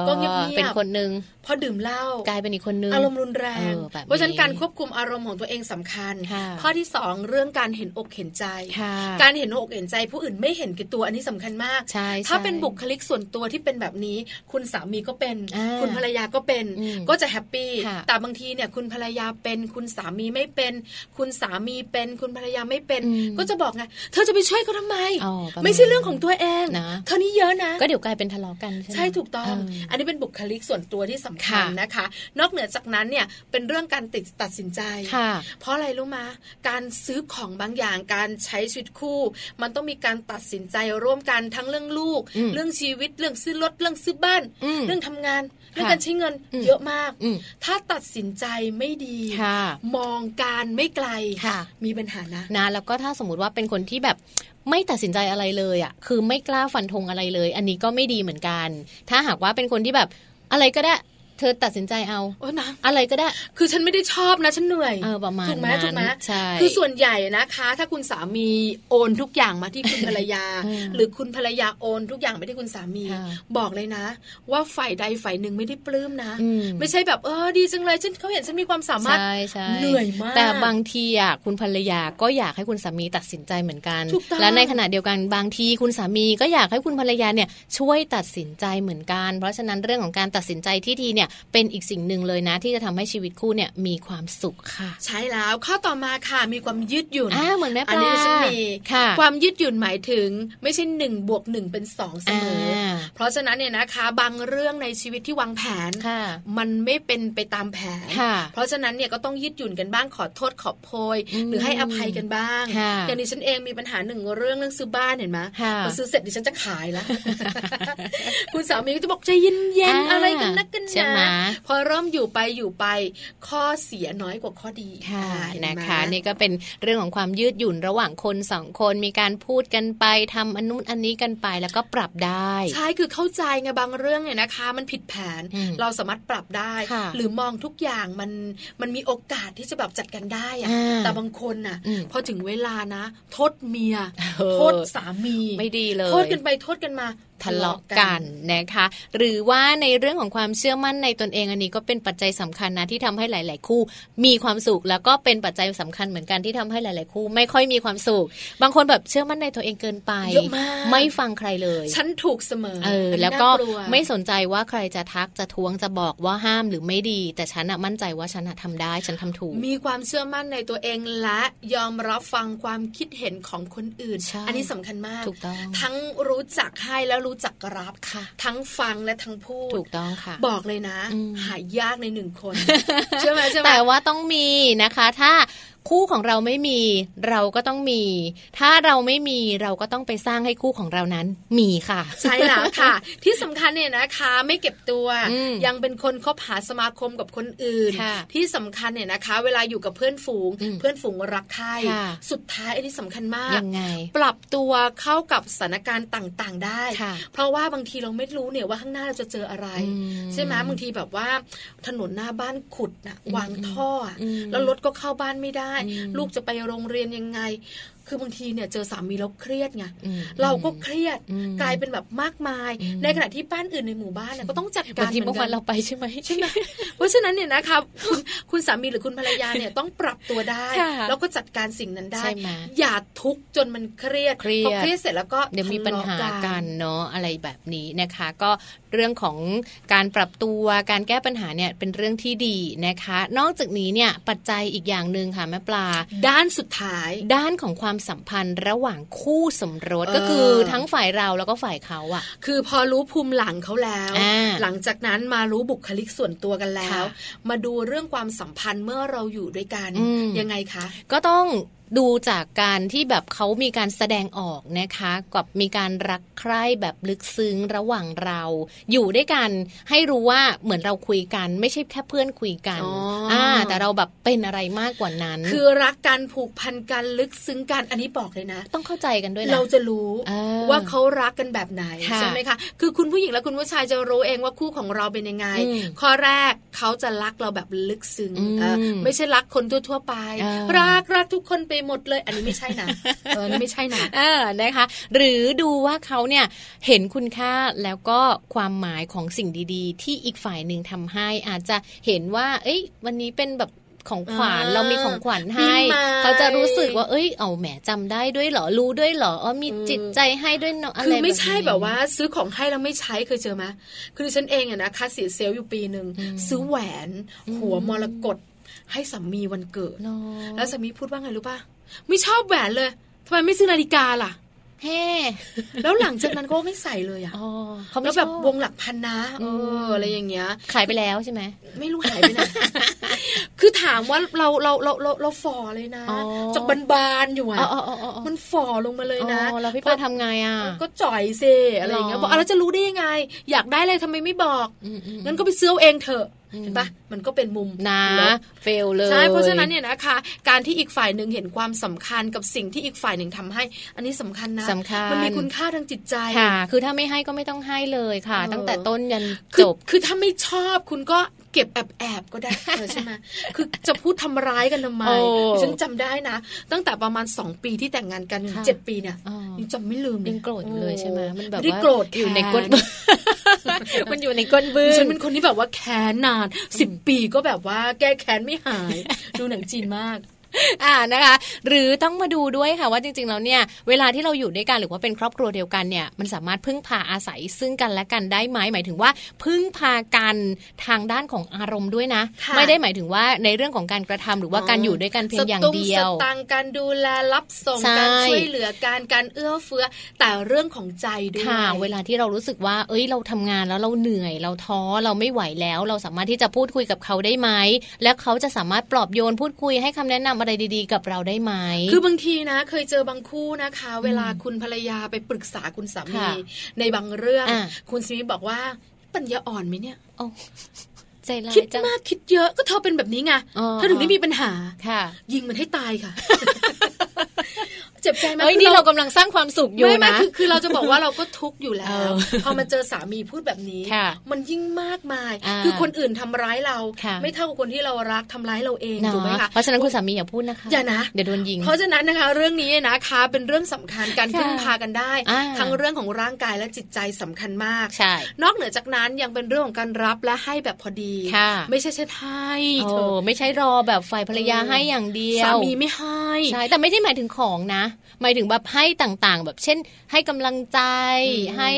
Speaker 3: ก็เงียบๆ
Speaker 2: เป็นคนหนึ่ง
Speaker 3: พอดื่มเหล้าก
Speaker 2: ลายเป็นอีกคนนึง
Speaker 3: อารมณ์รุนแรง
Speaker 2: เออแบบนี้
Speaker 3: เพราะฉะนั้นการควบคุมอารมณ์ของตัวเองสำคัญ
Speaker 2: ค่ะ
Speaker 3: ข้อที่สองเรื่องการเห็นอกเห็นใจ
Speaker 2: ค่ะ
Speaker 3: การเห็นอกเห็นใจผู้อื่นไม่เห็นแก่ตัวอันนี้สำคัญมาก
Speaker 2: ใช่
Speaker 3: ถ้า
Speaker 2: ใช่
Speaker 3: เป็นบุคลิกส่วนตัวที่เป็นแบบนี้ คุณสามีก็เป็น
Speaker 2: อ่า
Speaker 3: คุณภรรยาก็เป็น
Speaker 2: อืม
Speaker 3: ก็จะแฮปปี้
Speaker 2: ค่ะ
Speaker 3: แต่บางทีเนี่ยคุณภรรยาเป็น คุณสามีไม่เป็น คุณสามีเป็น คุณภรรยาไม่เป็น
Speaker 2: อืม
Speaker 3: ก็จะบอกไงเธอจะไปช่วยเขาทำไม
Speaker 2: อ๋อประมาณ
Speaker 3: ไม่ใช่เรื่องของตัวเอง
Speaker 2: นะ
Speaker 3: เธอนี่เยอะนะ
Speaker 2: ก็เดี๋ยวกลายเป็นทะเลาะกันใช่ไหม
Speaker 3: ใช่ถูกต้อง
Speaker 2: เ
Speaker 3: อันนี้เป็นบุคลิกส่วนตัวที่สำคัญ
Speaker 2: ค่ะ
Speaker 3: นะคะ นอกเหนือจากนั้นเนี่ยเป็นเรื่องการติดตัดสินใจ
Speaker 2: ค่ะ
Speaker 3: เพราะอะไรรู้มา การซื้อของบางอย่างการใช้ชีวิตคู่ มันต้องมีการตัดสินใจร่วมกันทั้งเรื่องลูก
Speaker 2: อืม
Speaker 3: เรื่องชีวิตเรื่องซื้อรถเรื่องซื้อบ้าน
Speaker 2: อืม
Speaker 3: เรื่องทำงาน เรื่อง
Speaker 2: ค่ะ
Speaker 3: การใช้เงิน
Speaker 2: อืม
Speaker 3: เยอะมาก
Speaker 2: อืม
Speaker 3: ถ้าตัดสินใจไม่ดี
Speaker 2: ค่ะ
Speaker 3: มองการไม่ไกล
Speaker 2: ค่ะ
Speaker 3: มีปัญหานะ
Speaker 2: นะแล้วก็ถ้าสมมติว่าเป็นคนที่แบบไม่ตัดสินใจอะไรเลยอ่ะคือไม่กล้าฟันธงอะไรเลย อันนี้ก็ไม่ดีเหมือนกัน ถ้าหากว่าเป็นคนที่แบบอะไรก็ได้ เธอตัดสินใจเอา
Speaker 3: โอ้นะ
Speaker 2: อะไรก็ได้
Speaker 3: คือฉันไม่ได้ชอบนะฉันเหนื่อย
Speaker 2: เออประมาณ
Speaker 3: ถูกไหม
Speaker 2: นั้น
Speaker 3: ถูกไหม
Speaker 2: ใช่
Speaker 3: คือส่วนใหญ่นะคะ ถ้าคุณสามีโอนทุกอย่างมาที่คุณภรรยา
Speaker 2: <laughs> เออ
Speaker 3: หรือคุณภรรยาโอนทุกอย่างไปที่คุณสามี
Speaker 2: ค่ะ
Speaker 3: บอกเลยนะ ว่าฝ่ายใดฝ่ายหนึ่งไม่ได้ปลื้มนะ
Speaker 2: อืม
Speaker 3: ไม่ใช่แบบเออดีจังเลยฉันเขาเห็นฉันมีความสามารถ
Speaker 2: ใช่ใช่
Speaker 3: เหนื่อยมาก
Speaker 2: แต่บางทีอ่ะคุณภรรยาก็อยากให้คุณสามีตัดสินใจเหมือนกัน
Speaker 3: ถูกต้อง
Speaker 2: และในขณะเดียวกันบางทีคุณสามีก็อยากให้คุณภรรยาเนี่ยช่วยตัดสินใจเหมือนกัน เพราะฉะนั้นเรื่องของการตัดสินใจที่ดีเนี่ยเป็นอีกสิ่งหนึ่งเลยนะ ที่จะทำให้ชีวิตคู่เนี่ยมีความสุขค่ะ
Speaker 3: ใช่แล้วข้อต่อมาค่ะมีความยืดหยุ่น
Speaker 2: อ่าเหมือนแม่ปลา
Speaker 3: อันนี้ดิฉันมี
Speaker 2: ค่ะ
Speaker 3: ความยืดหยุ่นหมายถึงไม่ใช่หนึ่งบวกหนึ่งเป็นสองเสมออา เพราะฉะนั้นเนี่ยนะคะ บางเรื่องในชีวิตที่วางแผน
Speaker 2: ค่ะ
Speaker 3: มันไม่เป็นไปตามแผน
Speaker 2: ค่ะ
Speaker 3: เพราะฉะนั้นเนี่ยก็ต้องยืดหยุ่นกันบ้างขอโทษขอโพย
Speaker 2: อืม
Speaker 3: หรือให้อภัยกันบ้าง
Speaker 2: ค่ะ
Speaker 3: อย่างดิฉันเองมีปัญหาหนึ่งเรื่องเรื่องซื้อบ้านเห็นไหม
Speaker 2: ค่ะ
Speaker 3: พอซื้อเสร็จดิฉันจะขายละ <laughs> คุณสามีก็จะบอกใจเย็น
Speaker 2: อ่า
Speaker 3: ๆอะไรกันนักกัน
Speaker 2: ใช่
Speaker 3: ห
Speaker 2: ไหม
Speaker 3: นาพอเริ่มอยู่ไปอยู่ไปข้อเสียน้อยกว่าข้อดี
Speaker 2: ค่ะ
Speaker 3: อ่าเห็
Speaker 2: นะ
Speaker 3: ไหม
Speaker 2: คะนี่ก็เป็นเรื่องของความยืดหยุ่นระหว่างคนสองคนมีการพูดกันไปทำอันนู้นอันนี้กันไปแล้วก็ปรับได้
Speaker 3: ใช่ คือเข้าใจไงบางเรื่องเนี่ยนะคะ มันผิดแผน
Speaker 2: อืม
Speaker 3: เราสามารถปรับได้
Speaker 2: ค่ะ
Speaker 3: หรือมองทุกอย่างมันมันมีโอกาสที่จะแบบจัดการได้อะ
Speaker 2: อ่า
Speaker 3: แต่บางคนน่ะ
Speaker 2: อืม
Speaker 3: พอถึงเวลานะ โทษเมีย
Speaker 2: เออ
Speaker 3: โทษสามี
Speaker 2: ไม่ดีเลย
Speaker 3: โทษกันไปโทษกันมา
Speaker 2: ทะเลาะกันนะคะ หรือว่าในเรื่องของความเชื่อมั่นในตนเองอันนี้ก็เป็นปัจจัยสำคัญนะที่ทำให้หลาย ๆ คู่ มีความสุขแล้วก็เป็นปัจจัยสำคัญเหมือนกันที่ทำให้หลาย ๆ คู่ ไม่ค่อยมีความสุข บางคนแบบเชื่อมั่นในตัวเองเกินไป
Speaker 3: เยอะมาก
Speaker 2: ไม่ฟังใครเลย
Speaker 3: ฉันถูกเสมอ
Speaker 2: เออ
Speaker 3: อันนี้
Speaker 2: แล้วก็
Speaker 3: น่าลัว
Speaker 2: ไม่สนใจว่าใครจะทักจะท้วงจะบอกว่าห้ามหรือไม่ดี แต่ฉันอะมั่นใจว่าฉันอะทำได้ฉันทำถูก
Speaker 3: มีความเชื่อมั่นในตัวเองและยอมรับฟังความคิดเห็นของคนอื่น
Speaker 2: ใช่
Speaker 3: อันนี้สำคัญมาก
Speaker 2: ถูกต้อง
Speaker 3: ทั้งรู้จักให้และรู้จักรับ
Speaker 2: ค่ะ
Speaker 3: ทั้งฟังและทั้งพูด
Speaker 2: ถูกต้องค่ะ
Speaker 3: บอกเลยนะ
Speaker 2: อืม
Speaker 3: หายากในหนึ่งคน <laughs> ใช่ไหมใช่ไหม
Speaker 2: แต่ว่าต้องมีนะคะ ถ้าคู่ของเราไม่มี เราก็ต้องมี ถ้าเราไม่มีเราก็ต้องไปสร้างให้คู่ของเรานั้นมีค่ะ
Speaker 3: ใช่แล้วค่ะ ที่สำคัญเนี่ยนะคะไม่เก็บตัว
Speaker 2: อืม
Speaker 3: ยังเป็นคนคบหาสมาคมกับคนอื่น
Speaker 2: ค่ะ
Speaker 3: ที่สำคัญเนี่ยนะคะ เวลาอยู่กับเพื่อนฝูง
Speaker 2: อืม
Speaker 3: เพื่อนฝูงรักใคร
Speaker 2: ค่ะ
Speaker 3: สุดท้ายอันนี้สำคัญมาก
Speaker 2: ยังไง
Speaker 3: ปรับตัวเข้ากับสถานการณ์ต่างๆได้
Speaker 2: ค่ะ
Speaker 3: เพราะว่าบางทีเราไม่รู้เนี่ยว่าข้างหน้าเราจะเจออะไร
Speaker 2: อืม
Speaker 3: ใช่ไหมบางทีแบบว่า ถนนหน้าบ้านขุดนะวางท่ออะ
Speaker 2: อืม
Speaker 3: แล้วรถก็เข้าบ้านไม่ได้
Speaker 2: อืม
Speaker 3: ลูกจะไปโรงเรียนยังไง คือบางทีเนี่ยเจอสามีแล้วเครียดไง
Speaker 2: อืม
Speaker 3: เราก็เครียด
Speaker 2: อืม
Speaker 3: กลายเป็นแบบมากมาย
Speaker 2: อืม
Speaker 3: ในขณะที่บ้านอื่นในหมู่บ้านน่ะก็ต้องจัดกา
Speaker 2: บาง
Speaker 3: ร
Speaker 2: ที
Speaker 3: เหมือ
Speaker 2: เมื่อน วั
Speaker 3: กัน น
Speaker 2: เราไปใช่ไหม
Speaker 3: ใช่ไหมเพราะฉะนั้นเนี่ยนะคะ <laughs> คุณคุณสามีหรือคุณภรรยา
Speaker 2: <laughs>
Speaker 3: เนี่ยต้องปรับตัวได้
Speaker 2: ค่ะ
Speaker 3: แล้วก็จัดการสิ่งนั้นได้
Speaker 2: ใช่ไหม
Speaker 3: อย่าทุกข์จนมันเครียด
Speaker 2: เครียด
Speaker 3: พอเครียดเสร็จแล้วก็
Speaker 2: เดี๋ยวมีปัญหา
Speaker 3: ทะเลาะ
Speaker 2: กันเนาะอะไรแบบนี้นะคะ ก็เรื่องของการปรับตัวการแก้ปัญหาเนี่ยเป็นเรื่องที่ดีนะคะ นอกจากนี้เนี่ยปัจจัยอีกอย่างหนึ่งค่ะแม่ปลา
Speaker 3: ด้านสุดท้าย
Speaker 2: ด้านของความ ความสัมพันธ์ระหว่างคู่สมรส
Speaker 3: เออ
Speaker 2: ก็คือทั้งฝ่ายเราแล้วก็ฝ่ายเขาอะ
Speaker 3: คือพอรู้ภูมิหลังเขาแล้ว
Speaker 2: อ่า
Speaker 3: หลังจากนั้นมารู้บุคลิกส่วนตัวกันแล้ว
Speaker 2: ค่ะ
Speaker 3: มาดูเรื่องความสัมพันธ์เมื่อเราอยู่ด้วยกัน
Speaker 2: อืม
Speaker 3: ยังไงคะ
Speaker 2: ก็ต้องดูจากการที่แบบเขามีการแสดงออกนะคะกับมีการรักใคร่แบบลึกซึ้งระหว่างเรา อยู่ด้วยกันให้รู้ว่าเหมือนเราคุยกัน ไม่ใช่แค่เพื่อนคุยกัน
Speaker 3: อ๋ออ่
Speaker 2: แต่เราแบบเป็นอะไรมากกว่านั้น
Speaker 3: คือรักกันผูกพันกันลึกซึ้งกันอันนี้บอกเลยนะ
Speaker 2: ต้องเข้าใจกันด้วยนะ
Speaker 3: เราจะรู้
Speaker 2: เออ
Speaker 3: ว่าเขารักกันแบบไหน
Speaker 2: ค่ะ
Speaker 3: ใช่ไหมคะคือคุณผู้หญิงและคุณผู้ชายจะรู้เองว่าคู่ของเราเป็นยังไง
Speaker 2: อืม
Speaker 3: ข้อแรกเขาจะรักเราแบบลึกซึ้ง
Speaker 2: อืม
Speaker 3: เออไม่ใช่รักคนทั่วๆไป
Speaker 2: เออ
Speaker 3: รักรักทุกคนไปหมดเลย อันนี้ไม่ใช่
Speaker 2: <laughs>
Speaker 3: นะเอออันนี้ไม่ใช่นะ
Speaker 2: เออนะคะ หรือดูว่าเขาเนี่ยเห็นคุณค่าแล้วก็ความหมายของสิ่งดีๆ ที่อีกฝ่ายหนึ่งทำให้ อาจจะเห็นว่า เอ้ย วันนี้เป็นแบบของขวัญ
Speaker 3: อ่า
Speaker 2: เรามีของขวัญให้
Speaker 3: ปีใหม่
Speaker 2: เขาจะรู้สึกว่า เอ้ย เอาแหมจำได้ด้วยเหรอรู้ด้วยเหรออ๋อมี
Speaker 3: อืม
Speaker 2: จิตใจให้ด้วยเนาะอะไร
Speaker 3: คือ
Speaker 2: บบนี้
Speaker 3: ไม่ใช่แบบว่าซื้อของให้แล้วไม่ใช้เคยเจอไหมคือดิฉันเองอะนะคะเสียเซลล์อยู่ปีหนึ่ง
Speaker 2: อืม
Speaker 3: ซื้อแหวน หัวมรกตให้สามีวันเกิด
Speaker 2: เนาะ
Speaker 3: แล้วสามีพูดว่าไงรู้ป่ะไม่ชอบแหวนเลยทำไมไม่ซื้อนาฬิกาล่ะ
Speaker 2: แฮ่
Speaker 3: แล้วหลังจากนั้นก็ไม่ใส่เลยอะ
Speaker 2: อ๋อเขา
Speaker 3: แล้
Speaker 2: ไม่
Speaker 3: ว
Speaker 2: ช
Speaker 3: แบ
Speaker 2: อ
Speaker 3: บบ วงหลักพันนะเออ
Speaker 2: ม
Speaker 3: ออะไรอย่างเงี้ย
Speaker 2: ขายไปแล้วใช่ไหม
Speaker 3: ไม่รู้หายไปไหน <laughs> คือถามว่าเราเราเราเราเราฝ่อเลยนะ
Speaker 2: อ๋อ
Speaker 3: จากบานๆอยู่อะ
Speaker 2: อ๋ออ๋ออ๋ออ๋อ
Speaker 3: มันฝ่อลงมาเลยนะ
Speaker 2: อ๋อแล้วพี่ปลาทำไงอ่ะ
Speaker 3: ก็จ่อยเซอะไรอย่างเงี้ย
Speaker 2: หร
Speaker 3: บอ
Speaker 2: อ
Speaker 3: กอะแล้วจะรู้ได้ยังไง อยากได้เลยทำไมไม่บอก
Speaker 2: อืมอืม
Speaker 3: งั้นก็ไปซื้อเอาเองเถอะ
Speaker 2: อืม
Speaker 3: เห็นปะมันก็เป็นมุม
Speaker 2: นะ
Speaker 3: ลบ
Speaker 2: เฟลเลย
Speaker 3: ใช่เพราะฉะนั้นเนี่ยนะคะ การที่อีกฝ่ายหนึ่งเห็นความสำคัญกับสิ่งที่อีกฝ่ายหนึ่งทำให้ อันนี้สำคัญนะ
Speaker 2: สำคัญ
Speaker 3: มันมีคุณค่าทางจิตใจ
Speaker 2: ค่ะ คือถ้าไม่ให้ก็ไม่ต้องให้เลยค่ะ
Speaker 3: เออ
Speaker 2: ตั้งแต่ต้นยัน
Speaker 3: คื
Speaker 2: จ
Speaker 3: อบ คือถ้าไม่ชอบคุณก็เก็บแอบแอบๆก็
Speaker 2: <laughs>
Speaker 3: ได้ เออใช่ไหมคือจะพูดทำร้ายกันทำไม
Speaker 2: โอ้
Speaker 3: ดิฉันจำได้นะ ตั้งแต่ประมาณ 2 ปีที่แต่งงานกัน
Speaker 2: ค่ะ
Speaker 3: เจ็ดปีเนี่ย
Speaker 2: อ๋อ
Speaker 3: ยังจำไม่ลืม
Speaker 2: ยังโกรธอยู่เลยใช่ไหมมันแบบ
Speaker 3: ไได้
Speaker 2: ว่า
Speaker 3: โกรธ
Speaker 2: อยู่ใน
Speaker 3: แค้
Speaker 2: ก้น <laughs> บึ้ง มันอยู่ในก้นบึ้
Speaker 3: ดิ
Speaker 2: ง
Speaker 3: ฉันเป็นคนที่แบบว่าแค้นนานสิบปีก็แบบว่าแก้แค้นไม่หาย
Speaker 2: <laughs>
Speaker 3: ดูหนังจีนมาก
Speaker 2: อ่านะคะ หรือต้องมาดูด้วยค่ะว่าจริงๆแล้วเนี่ย เวลาที่เราอยู่ด้วยกันหรือว่าเป็นครอบครัวเดียวกันเนี่ย มันสามารถพึ่งพาอาศัยซึ่งกันและกันได้ไหมหมายถึงว่า พึ่งพากันทางด้านของอารมณ์ด้วยนะ
Speaker 3: ค่ะ
Speaker 2: ไม่ได้หมายถึงว่าในเรื่องของการกระทำหรือว่าการอยู่ด้วยกันเพียงอย่างเดียว
Speaker 3: สตุ้งสตังค์การดูแลรับส่ง
Speaker 2: ใช่
Speaker 3: การช่วยเหลือการการเอื้อเฟื้อ แต่เรื่องของใจด้วย
Speaker 2: ค่ะเวลาที่เรารู้สึกว่า เอ้ย เราทำงานแล้วเราเหนื่อย เราท้อ เราไม่ไหวแล้ว เราสามารถที่จะพูดคุยกับเขาได้ไหม แล้วเขาจะสามารถปลอบโยนพูดคุยให้คำแนะนำอะไรดีๆ กับเราได้ไหม
Speaker 3: คือบางทีนะ เคยเจอบางคู่นะคะ เวลาคุณภรรยาไปปรึกษาคุณสามี
Speaker 2: ค่ะ
Speaker 3: ในบางเรื่อง
Speaker 2: อ่ะ
Speaker 3: คุณสามีบอกว่าปัญญาอ่อนไหมเนี่ย
Speaker 2: โอ้ใจร้า
Speaker 3: คิด
Speaker 2: ยจัง
Speaker 3: มากคิดเยอะก็เธอเป็นแบบนี้ไง
Speaker 2: อ๋อ
Speaker 3: เธอถึงได้มีปัญหา
Speaker 2: ค่ะ
Speaker 3: ยิงมันให้ตาย
Speaker 2: <laughs>
Speaker 3: ค่ะ เจ็บใจไหม
Speaker 2: เอ้ย
Speaker 3: คือ
Speaker 2: นี่เรา
Speaker 3: เรา
Speaker 2: กำลังสร้างความสุขอยู่
Speaker 3: ไม่ไม่
Speaker 2: นะ
Speaker 3: คือคือเราจะบอกว่าเราก็ทุกข์อยู่แล้
Speaker 2: เอ
Speaker 3: ว
Speaker 2: อ
Speaker 3: พอมาเจอสามีพูดแบบนี้
Speaker 2: ค่ะ
Speaker 3: มันยิ่งมากมาย
Speaker 2: อ่า
Speaker 3: คือคนอื่นทำร้ายเรา
Speaker 2: ค่ะ
Speaker 3: ไม่เท่ากับคนที่เรารักทำร้ายเราเองถูกไหม
Speaker 2: เนาะ
Speaker 3: คะ
Speaker 2: เพราะฉะนั้นคุณสามีอย่าพูดนะคะ
Speaker 3: อย่านะ
Speaker 2: เดี๋ยวโดนยิง
Speaker 3: เพราะฉะนั้นนะคะ เรื่องนี้นะคะเป็นเรื่องสำคัญการ
Speaker 2: ค่ะ
Speaker 3: พึ่งพากันได้
Speaker 2: อ่า
Speaker 3: ทั้งเรื่องของร่างกายและจิตใจสำคัญมาก
Speaker 2: ใช่
Speaker 3: นอกเหนือจากนั้นยังเป็นเรื่องของการรับและให้แบบพอดี
Speaker 2: ค่ะ
Speaker 3: ไม่ใช่เช่นให้เธ
Speaker 2: โอ้
Speaker 3: อ
Speaker 2: ไม่ใช่รอแบบฝ่ายภรรยาให้อย่างเดียว
Speaker 3: สามีไม่ให้
Speaker 2: ใช่ แต่ไม่ได้หมายถึงของนะ หมายถึงแบบให้ต่างๆ แบบเช่น ให้กำลังใจ ให้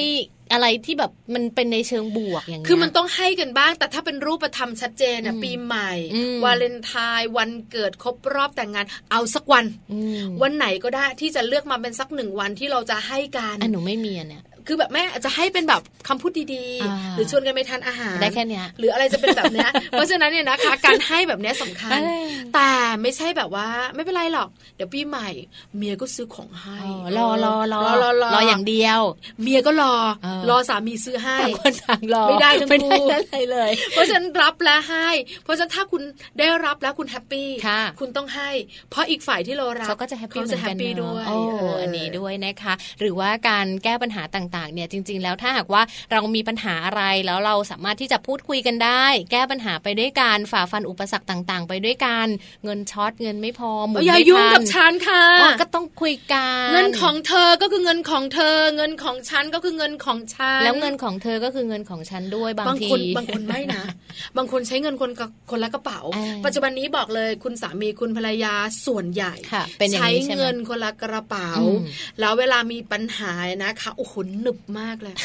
Speaker 2: อะไรที่แบบมันเป็นในเชิงบวกอย่างเงี้ย
Speaker 3: คือมันต้องให้กันบ้าง แต่ถ้าเป็นรูปธรรมชัดเจนนะ
Speaker 2: อืม
Speaker 3: ปีใหม่
Speaker 2: อืม
Speaker 3: วาเลนไทน์วันเกิดครบรอบแต่งงาน เอาสักวัน
Speaker 2: อืม
Speaker 3: วันไหนก็ได้ที่จะเลือกมาเป็นสักหนึ่งวันที่เราจะให้กัน
Speaker 2: อันหนูไม่มีอันเนี่ย
Speaker 3: คือแบบแม่อาจจะให้เป็นแบบคำพูดดี
Speaker 2: อ่า
Speaker 3: ๆ หรือชวนกันไปทานอาหาร
Speaker 2: ได้แค่เนี้ย
Speaker 3: หรืออะไรจะเป็นแบบเนี้ย <laughs> เพราะฉะนั้นเนี่ยนะคะ การให้แบบเนี้ยสำคัญ
Speaker 2: เออ
Speaker 3: แต่ไม่ใช่แบบว่าไม่เป็นไรหรอก เดี๋ยวปีใหม่ เมียก็ซื้อของให้
Speaker 2: อ๋อรอรอรอ
Speaker 3: รอรอ
Speaker 2: รออย่างเดียว <laughs>
Speaker 3: เมียก็รอ
Speaker 2: เออ
Speaker 3: รอสามีซื้อให้
Speaker 2: ต่างคนต่างรอ
Speaker 3: ไม่ได้ทั้ง
Speaker 2: ไม่
Speaker 3: คู่
Speaker 2: ได้อะไรเลย
Speaker 3: เพราะฉะนันรับและให้ เพราะฉะนั้นถ้าคุณได้รับแล้วคุณแฮปปี้
Speaker 2: ค่ะ
Speaker 3: คุณต้องให้ เพราะอีกฝ่ายที่เรารัก
Speaker 2: เขาก็จะแฮปปี้
Speaker 3: เขาจะแฮปปี้
Speaker 2: เหมื
Speaker 3: ด้
Speaker 2: อ
Speaker 3: ว
Speaker 2: นกัน
Speaker 3: ย
Speaker 2: เนอะโอ้
Speaker 3: เ
Speaker 2: อันนี้ด้วยนะคะ หรือว่าการแก้ปัญหาต่างๆ เนี่ยจริง ๆ แล้วถ้าหากว่าเรามีปัญหาอะไรแล้วเราสามารถที่จะพูดคุยกันได้ แก้ปัญหาไปด้วยกันฝ่าฟันอุปสรรคต่าง ๆ ไปด้วยกันเงินช็อตเงินไม่พอหมุน
Speaker 3: อย่า
Speaker 2: ไม่
Speaker 3: ยุ่ง
Speaker 2: ทั
Speaker 3: กับ
Speaker 2: น
Speaker 3: ฉันค่ะ
Speaker 2: อ๋อก็ต้องคุยกัน
Speaker 3: เงินของเธอก็คือเงินของเธอ เงินของฉันก็คือเงินของฉัน
Speaker 2: แล้วเงินของเธอก็คือเงินของฉันด้วยบาง
Speaker 3: บาง
Speaker 2: ที
Speaker 3: คนบางคนไม่นะ <laughs> บางคนใช้เงินคนกับคนละกระเป๋า
Speaker 2: อ่า
Speaker 3: ปัจจุบันนี้บอกเลยคุณสามีคุณภรรยาส่วนใหญ่
Speaker 2: ค่ะเป็นอย่าง
Speaker 3: ใช้
Speaker 2: นี้ใช่ไหม
Speaker 3: เงินคนละกระเป๋า
Speaker 2: อืม
Speaker 3: แล้วเวลามีปัญหานะคะโอ้โหห หนึบ
Speaker 2: <laughs>
Speaker 3: มากเลย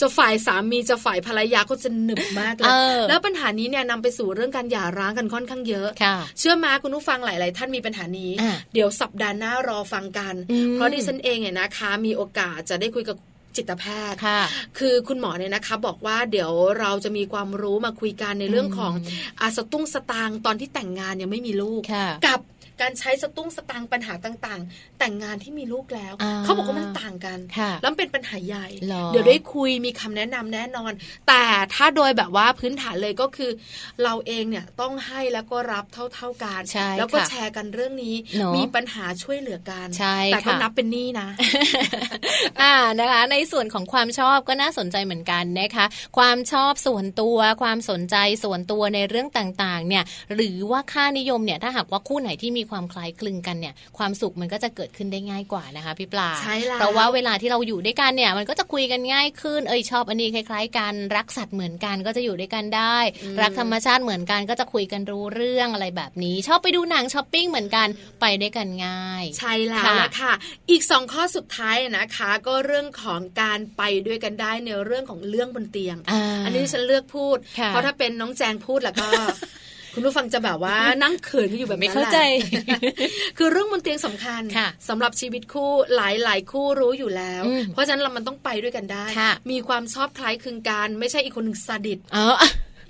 Speaker 3: จะฝ่ายสามีจะฝ่ายภรรยาก็จะหนึบมากเล
Speaker 2: เอย อ
Speaker 3: แล้วปัญหานี้เนี่ยนำไปสู่เรื่องการหย่าร้างกันค่อนข้างเยอะ
Speaker 2: ค่ะ
Speaker 3: เชื่อมาคุณผู้ฟังหลาย ๆ ท่านมีปัญหานี้
Speaker 2: อ่ะ
Speaker 3: เดี๋ยวสัปดาห์หน้ารอฟังกัน
Speaker 2: อืม
Speaker 3: เพราะดิฉันเองเนี่ยนะคะ มีโอกาสจะได้คุยกับจิตแพทย์
Speaker 2: ค่ะ
Speaker 3: คือคุณหมอเนี่ยนะคะ บอกว่าเดี๋ยวเราจะมีความรู้มาคุยกันในเรื่องของอาสตุ้งสตางค์ตอนที่แต่งงานยังไม่มีลูก
Speaker 2: ค่ะ
Speaker 3: กับการใช้สตุ้งสตางค์ปัญหาต่าง ๆ แต่งงานที่มีลูกแล้ว
Speaker 2: อ่า
Speaker 3: เขาบอกว่ามันต่างกัน
Speaker 2: ค่ะ
Speaker 3: แล้วมันเป็นปัญหาใหญ่
Speaker 2: หรอ
Speaker 3: เดี๋ยวได้คุยมีคำแนะนำแน่นอน แต่ถ้าโดยแบบว่าพื้นฐานเลยก็คือ เราเองเนี่ยต้องให้แล้วก็รับเท่า ๆกัน
Speaker 2: ใช่
Speaker 3: แล้วก็
Speaker 2: ค่ะ
Speaker 3: แชร์กันเรื่องนี้
Speaker 2: เนอะ
Speaker 3: มีปัญหาช่วยเหลือกัน
Speaker 2: ใช่
Speaker 3: แต่ก็
Speaker 2: ค่ะ
Speaker 3: นับเป็นหนี้นะ
Speaker 2: <laughs> อ่านะคะ ในส่วนของความชอบก็น่าสนใจเหมือนกันนะคะ ความชอบส่วนตัว ความสนใจส่วนตัวในเรื่องต่างๆ เนี่ย หรือว่าค่านิยมเนี่ย ถ้าหากว่าคู่ไหนที่มีความคล้ายคลึงกันเนี่ย ความสุขมันก็จะเกิดขึ้นได้ง่ายกว่านะคะพี่ปลา
Speaker 3: ใช่แล้ว
Speaker 2: เพราะว่าเวลาที่เราอยู่ด้วยกันเนี่ย มันก็จะคุยกันง่ายขึ้น เอ้ยชอบอันนี้คล้ายๆกัน รักสัตว์เหมือนกันก็จะอยู่ด้วยกันได้ รักธรรมชาติเหมือนกันก็จะคุยกันรู้เรื่องอะไรแบบนี้ ชอบไปดูหนังช้อปปิ้งเหมือนกัน ไปด้วยกันง่าย
Speaker 3: ใช่แล้วล่ะค่ะ อีกสองข้อสุดท้ายนะคะ ก็เรื่องของการไปด้วยกันได้ในเรื่องของเรื่องบนเตียง
Speaker 2: อ่า
Speaker 3: อันนี้ฉันเลือกพูด
Speaker 2: ค่ะ
Speaker 3: เพราะถ้าเป็นน้องแจงพูด
Speaker 2: <laughs>
Speaker 3: แล้วก็ คุณผู้ฟังจะแบบว่านั่งเขินกันอยู่แบบ
Speaker 2: ไม่
Speaker 3: นั้น
Speaker 2: เข้า
Speaker 3: แหละ
Speaker 2: ใจ
Speaker 3: คือเรื่องบนเตียงสำคัญ
Speaker 2: ค่ะ
Speaker 3: สำหรับชีวิตคู่หลาย ๆ คู่รู้อยู่แล้ว
Speaker 2: อืม
Speaker 3: เพราะฉะนั้นเรามันต้องไปด้วยกันได้
Speaker 2: ค่ะ
Speaker 3: มีความชอบคล้ายคลึงกันไม่ใช่อีกคนหนึ่งซาดิส
Speaker 2: เอา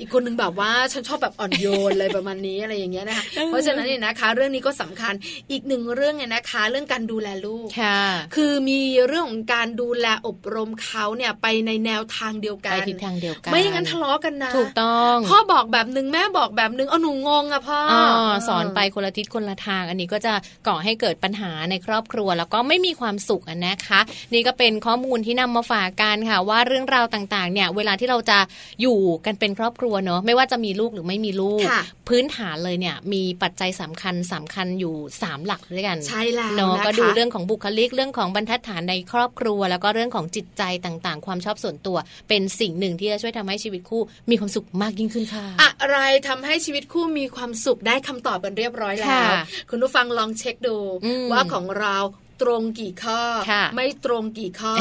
Speaker 3: อีกคนหนึ่งแบบว่าฉันชอบแบบอ่อนโยน อะไรประมาณนี้อะไรอย่างเงี้ยนะคะเพราะฉะนั้นเนี่ยนะคะ เรื่องนี้ก็สำคัญอีกหนึ่งเรื่องเนี่ยนะคะ เรื่องการดูแลลูก
Speaker 2: ค่ะ
Speaker 3: คือมีเรื่องของการดูแลอบรมเขาเนี่ยไปในแนวทางเดียวกั
Speaker 2: ไป
Speaker 3: น
Speaker 2: ทิศทางเดียวกัน
Speaker 3: ไม่อย่างนั้นทะเลาะกันนะ
Speaker 2: ถูกต้อง
Speaker 3: พ่อบอกแบบหนึ่งแม่บอกแบบหนึ่งเอาหนูงงอะพ่ออ
Speaker 2: อ่าสอนไปคนละทิศคนละทาง อันนี้ก็จะก่อให้เกิดปัญหาในครอบครัว แล้วก็ไม่มีความสุขอะนะคะ นี่ก็เป็นข้อมูลที่นำมาฝากกันค่ะ ว่าเรื่องราวต่างๆ เนี่ย เวลาที่เราจะอยู่กันเป็นครอบครัวเนอะไม่ว่าจะมีลูกหรือไม่มีลูก
Speaker 3: ค่ะ
Speaker 2: พื้นฐานเลยเนี่ย มีปัจจัยสำคัญสำคัญอยู่สามหลักด้วยกัน
Speaker 3: ใช่แล้ว
Speaker 2: เนาะ
Speaker 3: นะคะ
Speaker 2: ก็ดูเรื่องของบุคลิกเรื่องของบรรทัดฐานในครอบครัว แล้วก็เรื่องของจิตใจต่างๆ ความชอบส่วนตัว เป็นสิ่งหนึ่งที่จะช่วยทำให้ชีวิตคู่มีความสุขมากยิ่งขึ้นค่ะ
Speaker 3: อะไรทำให้ชีวิตคู่มีความสุขได้คำตอบกันเรียบร้อยแล้ว
Speaker 2: ค่ะ
Speaker 3: คุณผู้ฟังลองเช็คดู
Speaker 2: อืม
Speaker 3: ว่าของเราตรงกี่ข้อ
Speaker 2: ค่ะ
Speaker 3: ไม่ตรงกี่ข้
Speaker 2: <laughs>
Speaker 3: อ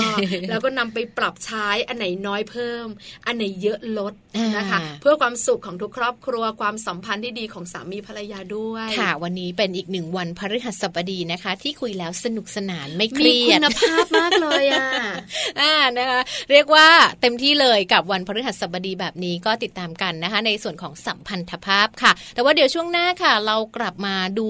Speaker 3: แล้วก็นำไปปรับใช้อันไหนน้อยเพิ่ม อันไหนเยอะลด
Speaker 2: อ่าน
Speaker 3: นะคะ เพื่อความสุขของทุกครอบครัวความสัมพันธ์ที่ดีของสามีภรรยาด้วย
Speaker 2: ค่ะ วันนี้เป็นอีกหนึ่งวันพฤหัสบดีนะคะ ที่คุยแล้วสนุกสนานไม่เค
Speaker 3: มี
Speaker 2: รี
Speaker 3: คุ
Speaker 2: ยด
Speaker 3: ณภาพมากเลย
Speaker 2: <laughs>
Speaker 3: อ่ะ
Speaker 2: อ่านะคะ เรียกว่าเต็มที่เลยกับวันพฤหัสบดีแบบนี้ก็ติดตามกันนะคะ ในส่วนของสัมพันธภาพค่ะ แต่ว่าเดี๋ยวช่วงหน้าค่ะ เรากลับมาดู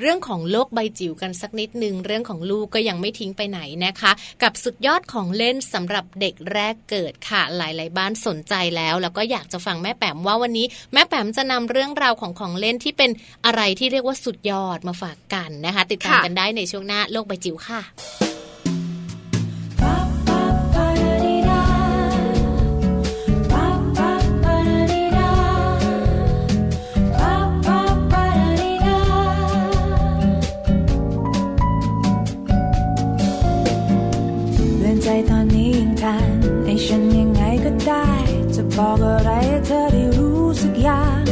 Speaker 2: เรื่องของโลกใบจิ๋วกันสักนิดหนึ่งเรื่องของลูกก็ยังไม่ทิ้งไปไหนนะคะ กับสุดยอดของเล่นสำหรับเด็กแรกเกิดค่ะ หลาย ๆ บ้านสนใจแล้ว แล้วก็อยากจะฟังแม่แปมว่าวันนี้แม่แปมจะนำเรื่องราวของของเล่นที่เป็นอะไรที่เรียกว่าสุดยอดมาฝากกันนะคะ ติดตาม
Speaker 3: ค่ะ
Speaker 2: กันได้ในช่วงหน้าโลกใบจิ๋วค่ะ
Speaker 1: เล่นใจตอนนี้ยังทันให้ฉันยังไงก็ได้ จะบอกอะไรให้เธอได้รู้สักอย่าง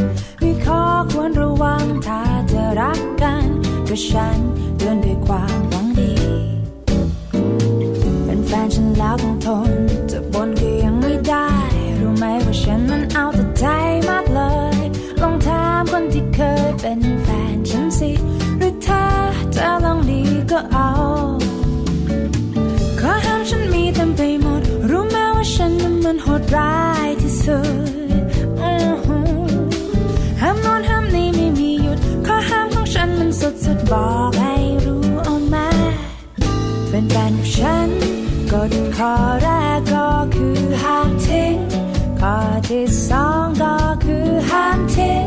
Speaker 1: มีข้อควรระวังถ้าจะรักกันก็ฉันเดินด้วยความหวังดี เป็นแฟนฉันแล้วต้องทน จะบ่นก็ยังไม่ได้ รู้ไหมว่าฉันมันเอาแต่ใจมากเลย ลองถามคนที่เคยเป็นแฟนฉันสิ หรือถ้าจะลองดีก็เอา ข้อห้ามฉันมีเต็มไปหมด รู้ไหมว่าฉันนั้นมันโหดร้ายที่สุดอื้อหือห้ามโนอนห้ามนี่ไม่มีหยุด ข้อห้ามของฉันมันสุดสุดๆบอกให้รู้เอามา เป็นแฟนกับฉันกฎข้อแรกก็คือห้ามทิ้ง ข้อที่สองก็คือห้ามทิ้ง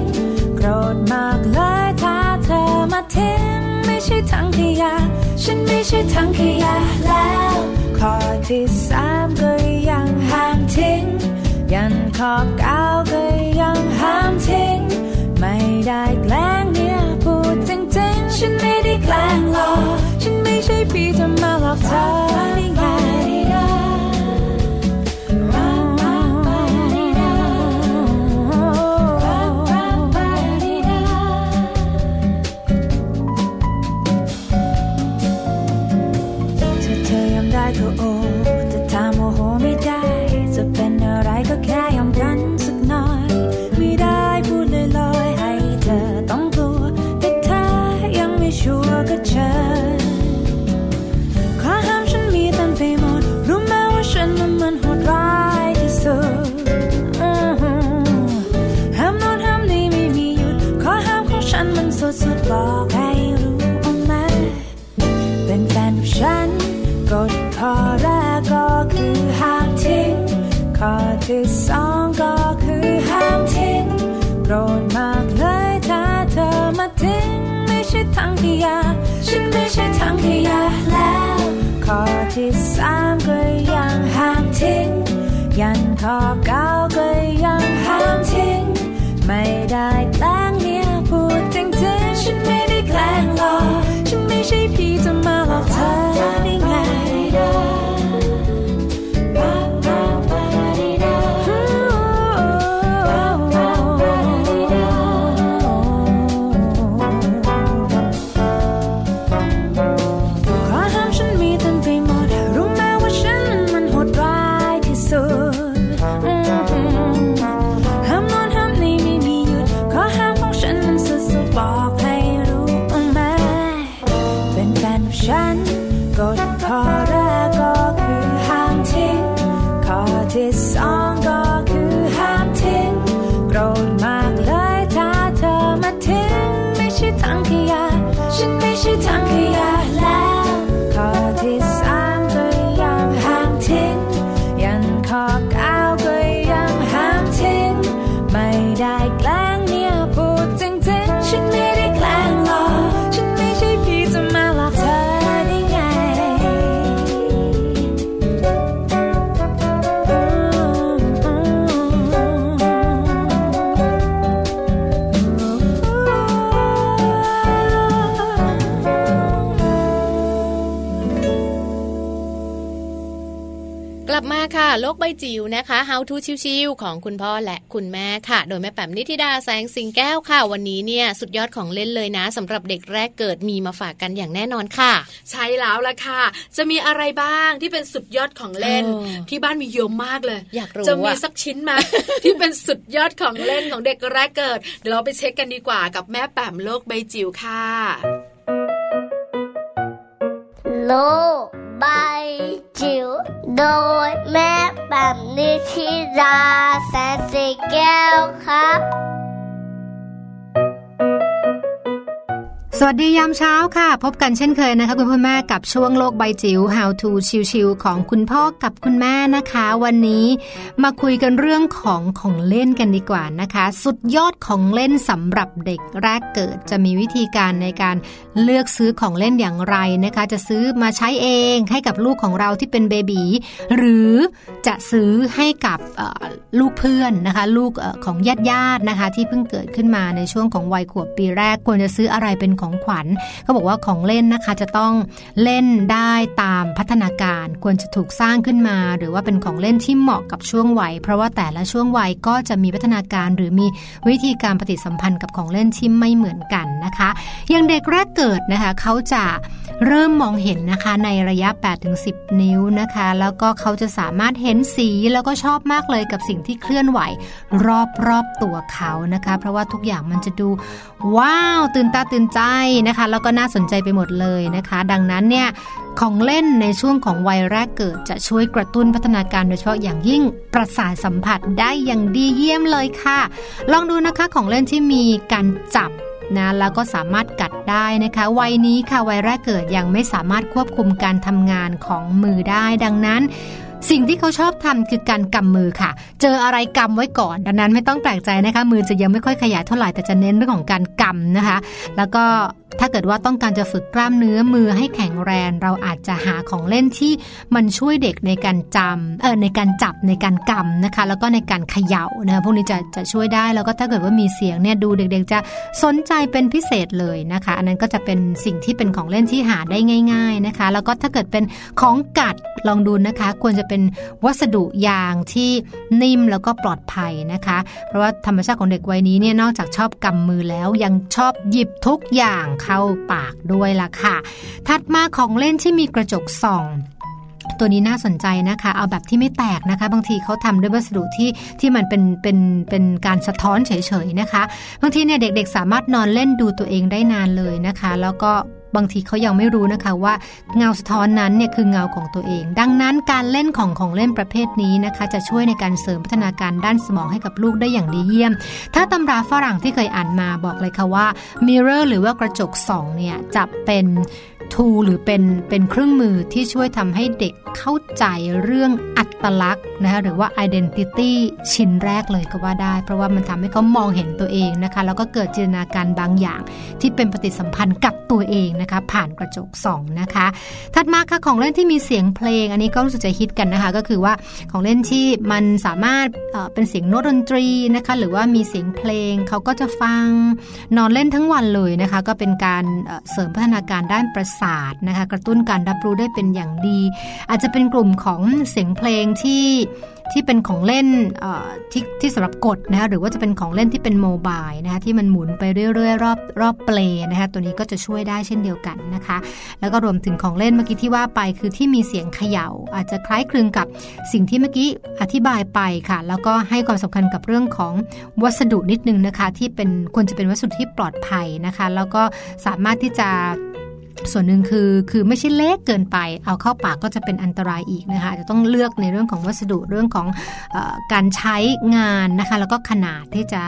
Speaker 1: โกรธมากเลยถ้าเธอมาทิ้ง ไม่ใช่ทั้งขยะ ฉันไม่ใช่ทั้งขยะแล้ว ข้อที่สามก็ยังห้ามทิ้ง ยันข้อเก้าก็ยังห้ามทิ้ง ไม่ได้แกล้งเนี่ยพูดจริงๆ ฉันไม่ได้แกล้งหรอก ฉันไม่ใช่พี่จะมาหลอกเธอได้ไง ถ้าเธอยอมได้ก็โอ้แต่ถามว่าโห ที่สองก็คือห้ามทิ้งโกรธมากเลยถ้าเธอมาทิ้งไม่ใช่ทางที่ยาฉันไม่ใช่ทางที่ยาแล้วข้อที่สามก็ยังห้ามทิ้งยันข้อเก้าก็ยังห้ามทิ้ง ไม่ได้แกล้งเนี่ยพูดจริงๆฉันไม่ได้แกล้งหรอกฉันไม่ใช่พี่จะมาหลอกเธอได้ไง ความทำฉันมีเต็มไปหมด รู้ไหมว่าฉันมันโหดร้ายที่สุดอืมห้ามนอนห้ามนี่ไม่มีหยุดขอห้ามของฉันมันสุดๆบอกให้รู้ไหม เป็นแฟนของฉันกฎข้อแรกก็คือห้ามทิ้งข้อที่สองก็คือห้ามทิ้งโกรธมากเลยถ้าเธอมาทิ้งไม่ใช่ทางขยะฉันไม่ใช่ทางขยะแล้วข้อที่สามก็ยังห้ามทิ้งยันข้อเก้าก็ยังห้ามทิ้งไม่ได้แกล้งเนี่ยพูดจริงๆฉันไม่ได้แกล้งหรอกฉันไม่ใช่ผีจะมาหลอกเธอได้ไง
Speaker 2: กลับมาค่ะ โลกใบจิ๋วนะคะ How to ชิวๆของคุณพ่อและคุณแม่ค่ะ โดยแม่แปมนิธิดาแสงสิงแก้วค่ะ วันนี้เนี่ยสุดยอดของเล่นเลยนะสำหรับเด็กแรกเกิดมีมาฝากกันอย่างแน่นอนค่ะ
Speaker 3: ใช่แล้วล่ะค่ะ จะมีอะไรบ้างที่เป็นสุดยอดของเล่น
Speaker 2: เออ
Speaker 3: ที่บ้านมีเยอะมากเลย
Speaker 2: อยากรู้
Speaker 3: จะมี
Speaker 2: อะ
Speaker 3: สักชิ้นไหมา <laughs> ที่เป็นสุดยอดของเล่นของเด็กแรกเกิดเดี๋ยวเราไปเช็คกันดีกว่ากับแม่แปมโลกใบจิ๋วค่ะ
Speaker 6: Lô bay chiều đôi mép bằng đi khi ra sẽ xì keo khắp
Speaker 7: สวัสดียามเช้าค่ะ พบกันเช่นเคยนะคะคุณพ่อแม่กับช่วงโลกใบจิ๋ว How to ชิวๆของคุณพ่อกับคุณแม่นะคะ วันนี้มาคุยกันเรื่องของของเล่นกันดีกว่านะคะ สุดยอดของเล่นสำหรับเด็กแรกเกิด จะมีวิธีการในการเลือกซื้อของเล่นอย่างไรนะคะ จะซื้อมาใช้เองให้กับลูกของเราที่เป็นเบบีหรือจะซื้อให้กับเอ่อลูกเพื่อนนะคะ ลูกเอ่อของญาติญาติๆนะคะ ที่เพิ่งเกิดขึ้นมาในช่วงของวัยขวบปีแรกควรจะซื้ออะไรเป็นของขวัญ เขาบอกว่าของเล่นนะคะจะต้องเล่นได้ตามพัฒนาการควรจะถูกสร้างขึ้นมา หรือว่าเป็นของเล่นที่เหมาะกับช่วงวัย เพราะว่าแต่ละช่วงวัยก็จะมีพัฒนาการหรือมีวิธีการปฏิสัมพันธ์กับของเล่นที่ไม่เหมือนกันนะคะอย่างเด็กแรกเกิดนะคะเขาจะเริ่มมองเห็นนะคะในระยะ 8-10 นิ้วนะคะ แล้วก็เขาจะสามารถเห็นสีแล้วก็ชอบมากเลยกับสิ่งที่เคลื่อนไหว รอบรอบๆตัวเขานะคะ เพราะว่าทุกอย่างมันจะดู ว้าว ตื่นตาตื่นใจนะคะ แล้วก็น่าสนใจไปหมดเลยนะคะ ดังนั้นเนี่ย ของเล่นในช่วงของวัยแรกเกิดจะช่วยกระตุ้นพัฒนาการโดยเฉพาะอย่างยิ่งประสาทสัมผัสได้อย่างดีเยี่ยมเลยค่ะ ลองดูนะคะของเล่นที่มีการจับนะแล้วก็สามารถกัดได้นะคะ วัยนี้ค่ะวัยแรกเกิดยังไม่สามารถควบคุมการทำงานของมือได้ ดังนั้น สิ่งที่เขาชอบทำคือการกำมือค่ะ เจออะไรกำไว้ก่อน ดังนั้นไม่ต้องแปลกใจนะคะ มือจะยังไม่ค่อยขยายเท่าไหร่แต่จะเน้นเรื่องของการกำนะคะ แล้วก็ถ้าเกิดว่าต้องการจะฝึกกล้ามเนื้อมือให้แข็งแรง เราอาจจะหาของเล่นที่มันช่วยเด็กในการจำเออในการจับในการกำนะคะ แล้วก็ในการเขย่านะคะพวกนี้จะจะช่วยได้แล้วก็ถ้าเกิดว่ามีเสียงเนี่ยดูเด็กๆจะสนใจเป็นพิเศษเลยนะคะ อันนั้นก็จะเป็นสิ่งที่เป็นของเล่นที่หาได้ง่าย ๆนะคะ แล้วก็ถ้าเกิดเป็นของกัดลองดูนะคะ ควรจะเป็นวัสดุยางที่นิ่มแล้วก็ปลอดภัยนะคะ เพราะว่าธรรมชาติของเด็กวัยนี้เนี่ยนอกจากชอบกำมือแล้วยังชอบหยิบทุกอย่างเข้าปากด้วยล่ะค่ะ ถัดมาของเล่นที่มีกระจกส่อง ตัวนี้น่าสนใจนะคะ เอาแบบที่ไม่แตกนะคะ บางทีเขาทำด้วยวัสดุที่ที่มันเป็นเป็นเป็นการสะท้อนเฉยๆนะคะ บางทีเนี่ยเด็กๆ สามารถนอนเล่นดูตัวเองได้นานเลยนะคะ แล้วก็บางทีเขายังไม่รู้นะคะว่าเงาสะท้อนนั้นเนี่ยคือเงาของตัวเอง ดังนั้นการเล่นของของเล่นประเภทนี้นะคะ จะช่วยในการเสริมพัฒนาการด้านสมองให้กับลูกได้อย่างดีเยี่ยม ถ้าตำราฝรั่งที่เคยอ่านมาบอกเลยค่ะว่ามิเรอร์หรือว่ากระจกส่องเนี่ยจะเป็น tool หรือเป็นเป็นเครื่องมือที่ช่วยทำให้เด็กเข้าใจเรื่องอัตลักษณ์นะคะหรือว่า identity ชิ้นแรกเลยก็ว่าได้ เพราะว่ามันทำให้เขามองเห็นตัวเองนะคะ แล้วก็เกิดจินตนาการบางอย่าง ที่เป็นปฏิสัมพันธ์กับตัวเองนะคะ ผ่านกระจกส่องนะคะ ถัดมาค่ะของเล่นที่มีเสียงเพลง อันนี้ก็รู้สึกจะฮิตกันนะคะ ก็คือว่าของเล่นที่มันสามารถเอ่อเป็นเสียงโน้ตดนตรีนะคะ หรือว่ามีเสียงเพลงเขาก็จะฟัง นอนเล่นทั้งวันเลยนะคะ ก็เป็นการเอ่อเสริมพัฒนาการด้านประสาทนะคะ กระตุ้นการรับรู้ได้เป็นอย่างดี อาจจะเป็นกลุ่มของเสียงเพลงที่ที่เป็นของเล่นเอ่อที่ที่สำหรับกดนะคะหรือว่าจะเป็นของเล่นที่เป็นโมบายนะคะที่มันหมุนไปเรื่อยๆ รอบรอบเปลนะคะตัวนี้ก็จะช่วยได้เช่นเดียวกันนะคะ แล้วก็รวมถึงของเล่นเมื่อกี้ที่ว่าไป คือที่มีเสียงเขย่า อาจจะคล้ายคลึงกับสิ่งที่เมื่อกี้อธิบายไปค่ะ แล้วก็ให้ความสำคัญกับเรื่องของวัสดุนิดนึงนะคะ ที่เป็นควรจะเป็นวัสดุที่ปลอดภัยนะคะ แล้วก็สามารถที่จะ ส่วนหนึ่งคือคือไม่ใช่เล็กเกินไป เอาเข้าปากก็จะเป็นอันตรายอีกนะคะอาจจะต้องเลือกในเรื่องของวัสดุเรื่องของเออการใช้งานนะคะ แล้วก็ขนาดที่จะ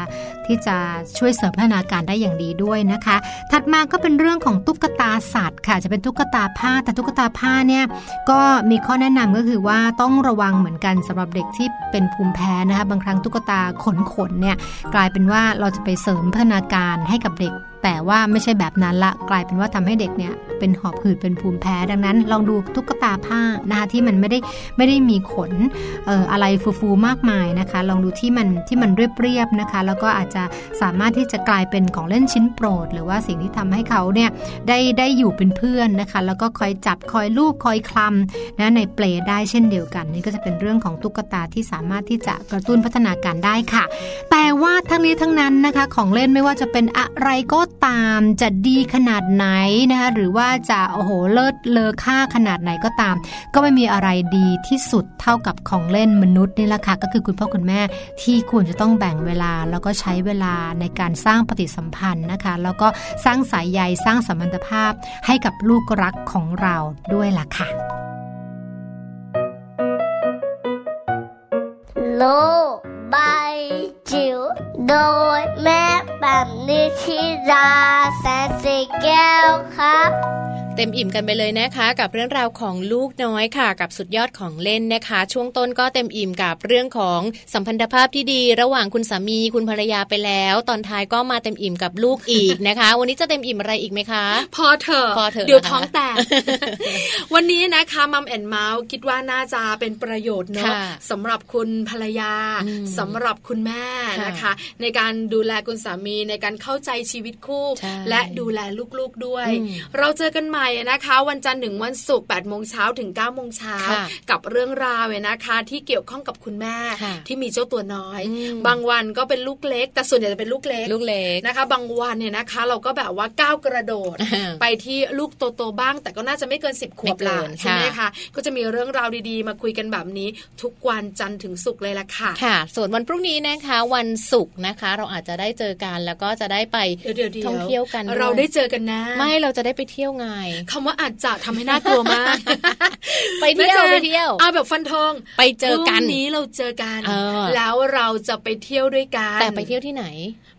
Speaker 7: ที่จะช่วยเสริมพัฒนาการได้อย่างดีด้วยนะคะ ถัดมาก็เป็นเรื่องของตุ๊กตาสัตว์ค่ะ จะเป็นตุ๊กตาผ้าแต่ตุ๊กตาผ้าเนี่ยก็มีข้อแนะนำก็คือว่าต้องระวังเหมือนกันสำหรับเด็กที่เป็นภูมิแพ้นะคะบางครั้งตุ๊กตาขนขนๆเนี่ยกลายเป็นว่าเราจะไปเสริมพัฒนาการให้กับเด็ก แต่ว่าไม่ใช่แบบนั้นละ กลายเป็นว่าทำให้เด็กเนี่ยเป็นหอบหืดเป็นภูมิแพ้ดังนั้น ลองดูตุ๊กตาผ้านะคะที่มันไม่ได้ไม่ได้มีขนเอ่ออะไรฟูๆมากมายนะคะ ลองดูที่มันที่มันเรียบๆนะคะ แล้วก็อาจจะสามารถที่จะกลายเป็นของเล่นชิ้นโปรด หรือว่าสิ่งที่ทำให้เขาเนี่ยได้ได้อยู่เป็นเพื่อนนะคะ แล้วก็คอยจับคอยลูบคอยคลำนะในเปลได้เช่นเดียวกัน นี่ก็จะเป็นเรื่องของตุ๊กตาที่สามารถที่จะกระตุ้นพัฒนาการได้ค่ะ แต่ว่าทั้งนี้ทั้งนั้นนะคะ ของเล่นไม่ว่าจะเป็นอะไรก็ตามจะดีขนาดไหนนะคะหรือว่าจะโอ้โหเลิศเลอค่าขนาดไหนก็ตาม ก็ไม่มีอะไรดีที่สุดเท่ากับของเล่นมนุษย์นี่แหละค่ะก็คือคุณพ่อคุณแม่ที่ควรจะต้องแบ่งเวลา แล้วก็ใช้เวลาในการสร้างปฏิสัมพันธ์นะคะ แล้วก็สร้างสายใยสร้างสัมพันธภาพให้กับลูกรักของเราด้วยล่ะค่ะ
Speaker 6: lô bay chiều đôi mép bằng đi khi ra sẽ xì keo khắp
Speaker 2: เต็มอิ่มกันไปเลยนะคะ กับเรื่องราวของลูกน้อยค่ะ กับสุดยอดของเล่นนะคะ ช่วงต้นก็เต็มอิ่มกับเรื่องของสัมพันธภาพที่ดี ระหว่างคุณสามีคุณภรรยาไปแล้ว ตอนท้ายก็มาเต็มอิ่มกับลูกอีกนะคะ วันนี้จะเต็มอิ่มอะไรอีกไหมคะ
Speaker 3: พอเถอะ
Speaker 2: พอเถอะ
Speaker 3: เดี๋ยว
Speaker 2: นะคะ
Speaker 3: ท้องแต
Speaker 2: <laughs>
Speaker 3: ก วันนี้นะคะมัมแอนเมาส์คิดว่าน่าจะเป็นประโยชน์เนอะ
Speaker 2: ค่ะ
Speaker 3: สำหรับคุณภรรยา
Speaker 2: อืม
Speaker 3: สำหรับคุณแม่
Speaker 2: ค่ะ
Speaker 3: นะคะ ในการดูแลคุณสามีในการเข้าใจชีวิตคู่
Speaker 2: ใช่
Speaker 3: และดูแลลูกๆด้วย
Speaker 2: อืม
Speaker 3: เราเจอกันใหม่นะคะ วันจันทร์ถึงวันศุกร์8โมงเช้าถึง9โมงเช้า
Speaker 2: ค่ะ
Speaker 3: กับเรื่องราวเนี่ยนะคะ ที่เกี่ยวข้องกับคุณแม่
Speaker 2: ค่ะ
Speaker 3: ที่มีเจ้าตัวน้อย
Speaker 2: อืม
Speaker 3: บางวันก็เป็นลูกเล็ก แต่ส่วนใหญ่จะเป็นลูกเล็ก
Speaker 2: ลูกเล็ก
Speaker 3: นะคะบางวันเนี่ยนะคะเราก็แบบว่าก้าวกระโดด
Speaker 2: อ่า
Speaker 3: ไปที่ลูกโตๆบ้าง แต่ก็น่าจะไม่เกิน 10 ขวบ
Speaker 2: ไม่เกิ
Speaker 3: ละ
Speaker 2: น
Speaker 3: ใช่ไหม
Speaker 2: ค่ะ
Speaker 3: คะก็จะมีเรื่องราวดีๆ มาคุยกันแบบนี้ ทุกวันจันทร์ถึงศุกร์เลยละค่ะ
Speaker 2: ค่ะ ส่วนวันพรุ่งนี้นะคะ วันศุกร์นะคะ เราอาจจะได้เจอกันแล้วก็จะได้ไป
Speaker 3: เดี๋ยวเดี๋ยว
Speaker 2: ท่องเที่ยวกันด้วย
Speaker 3: เราได้เจอกันนะ
Speaker 2: ไม่เราจะได้ไปเที่ยว
Speaker 3: <laughs>
Speaker 2: ไง
Speaker 3: คำว่าอาจจะทำให้น่ากลัวมาก
Speaker 2: ไปเที่ยว
Speaker 3: แม่จน
Speaker 2: ไปเที่ยว
Speaker 3: อาแบบฟันธง
Speaker 2: ไปเจอกั
Speaker 3: พ
Speaker 2: น
Speaker 3: รุ่งนี้เราเจอกัน
Speaker 2: เออ
Speaker 3: แล้วเราจะไปเที่ยวด้วยกัน
Speaker 2: แต่ไปเที่ยวที่ไหน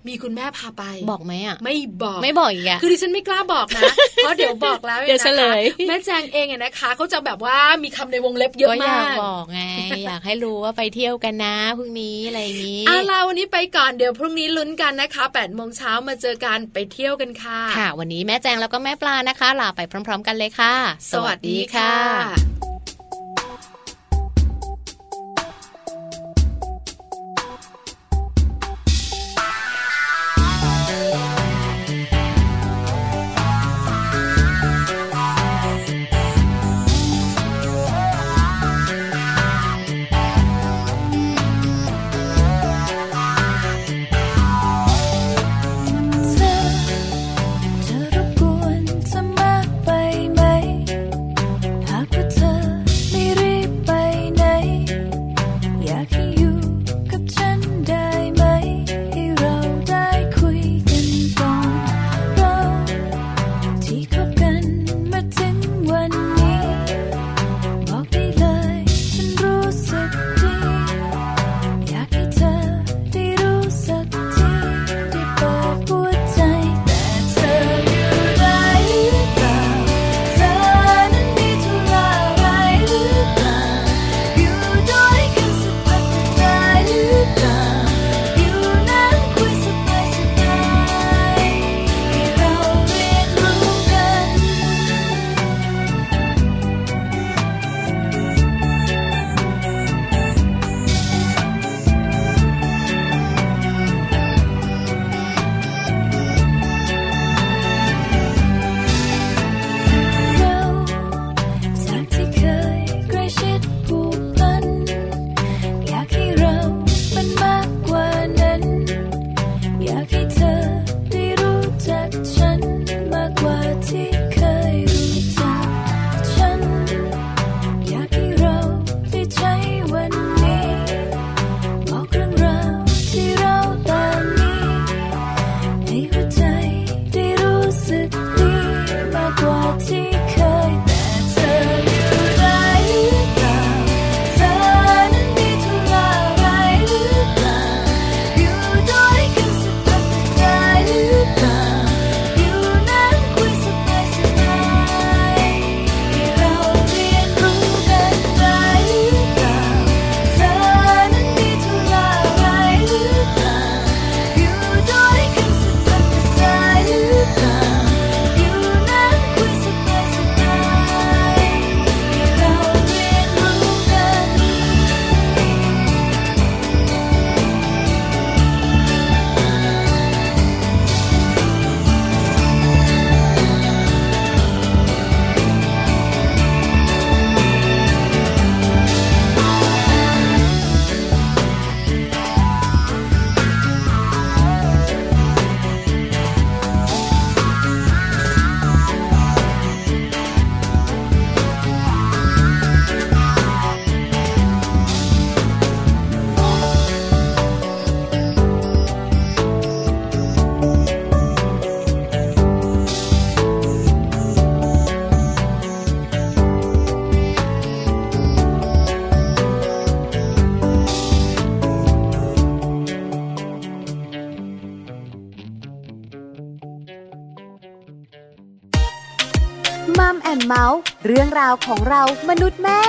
Speaker 3: มีคุณแม่พาไป
Speaker 2: บอกไหมอ่ะ
Speaker 3: ไม่บอก
Speaker 2: ไม่บอกอีกอ่ะ
Speaker 3: คือดิฉันไม่กล้าบอก
Speaker 2: <laughs>
Speaker 3: นะ เพราะเดี๋ยวบอกแล้วนี่
Speaker 2: เดี๋ยวเฉลย
Speaker 3: นะคะแม่แจงเองอะนะคะเขาจะแบบว่ามีคำในวงเล็บเยอะ
Speaker 2: ก็อยาม
Speaker 3: าก ก
Speaker 2: บอกไง อยากให้รู้ว่าไปเที่ยวกันนะพรุ่งนี้อะไรอย่างนี้
Speaker 3: อาลาวันนี้ไปก่อนเดี๋ยวพรุ่งนี้ลุ้นกันนะคะ8ปดโมงเช้ามาเจอกันไปเที่ยวกันค่ะ
Speaker 2: ค่ะ วันนี้แม่แจงแล้วก็แม่ปลานะคะ ลาไปพร้อม ๆ กันเลยค่ะ
Speaker 3: สวัสดีค่ะ
Speaker 1: เธอจะรบกวนจะมากไปไหม หากว่าเธอ
Speaker 8: มัมแอนเมาส์เรื่องราวของเรามนุษย์แม่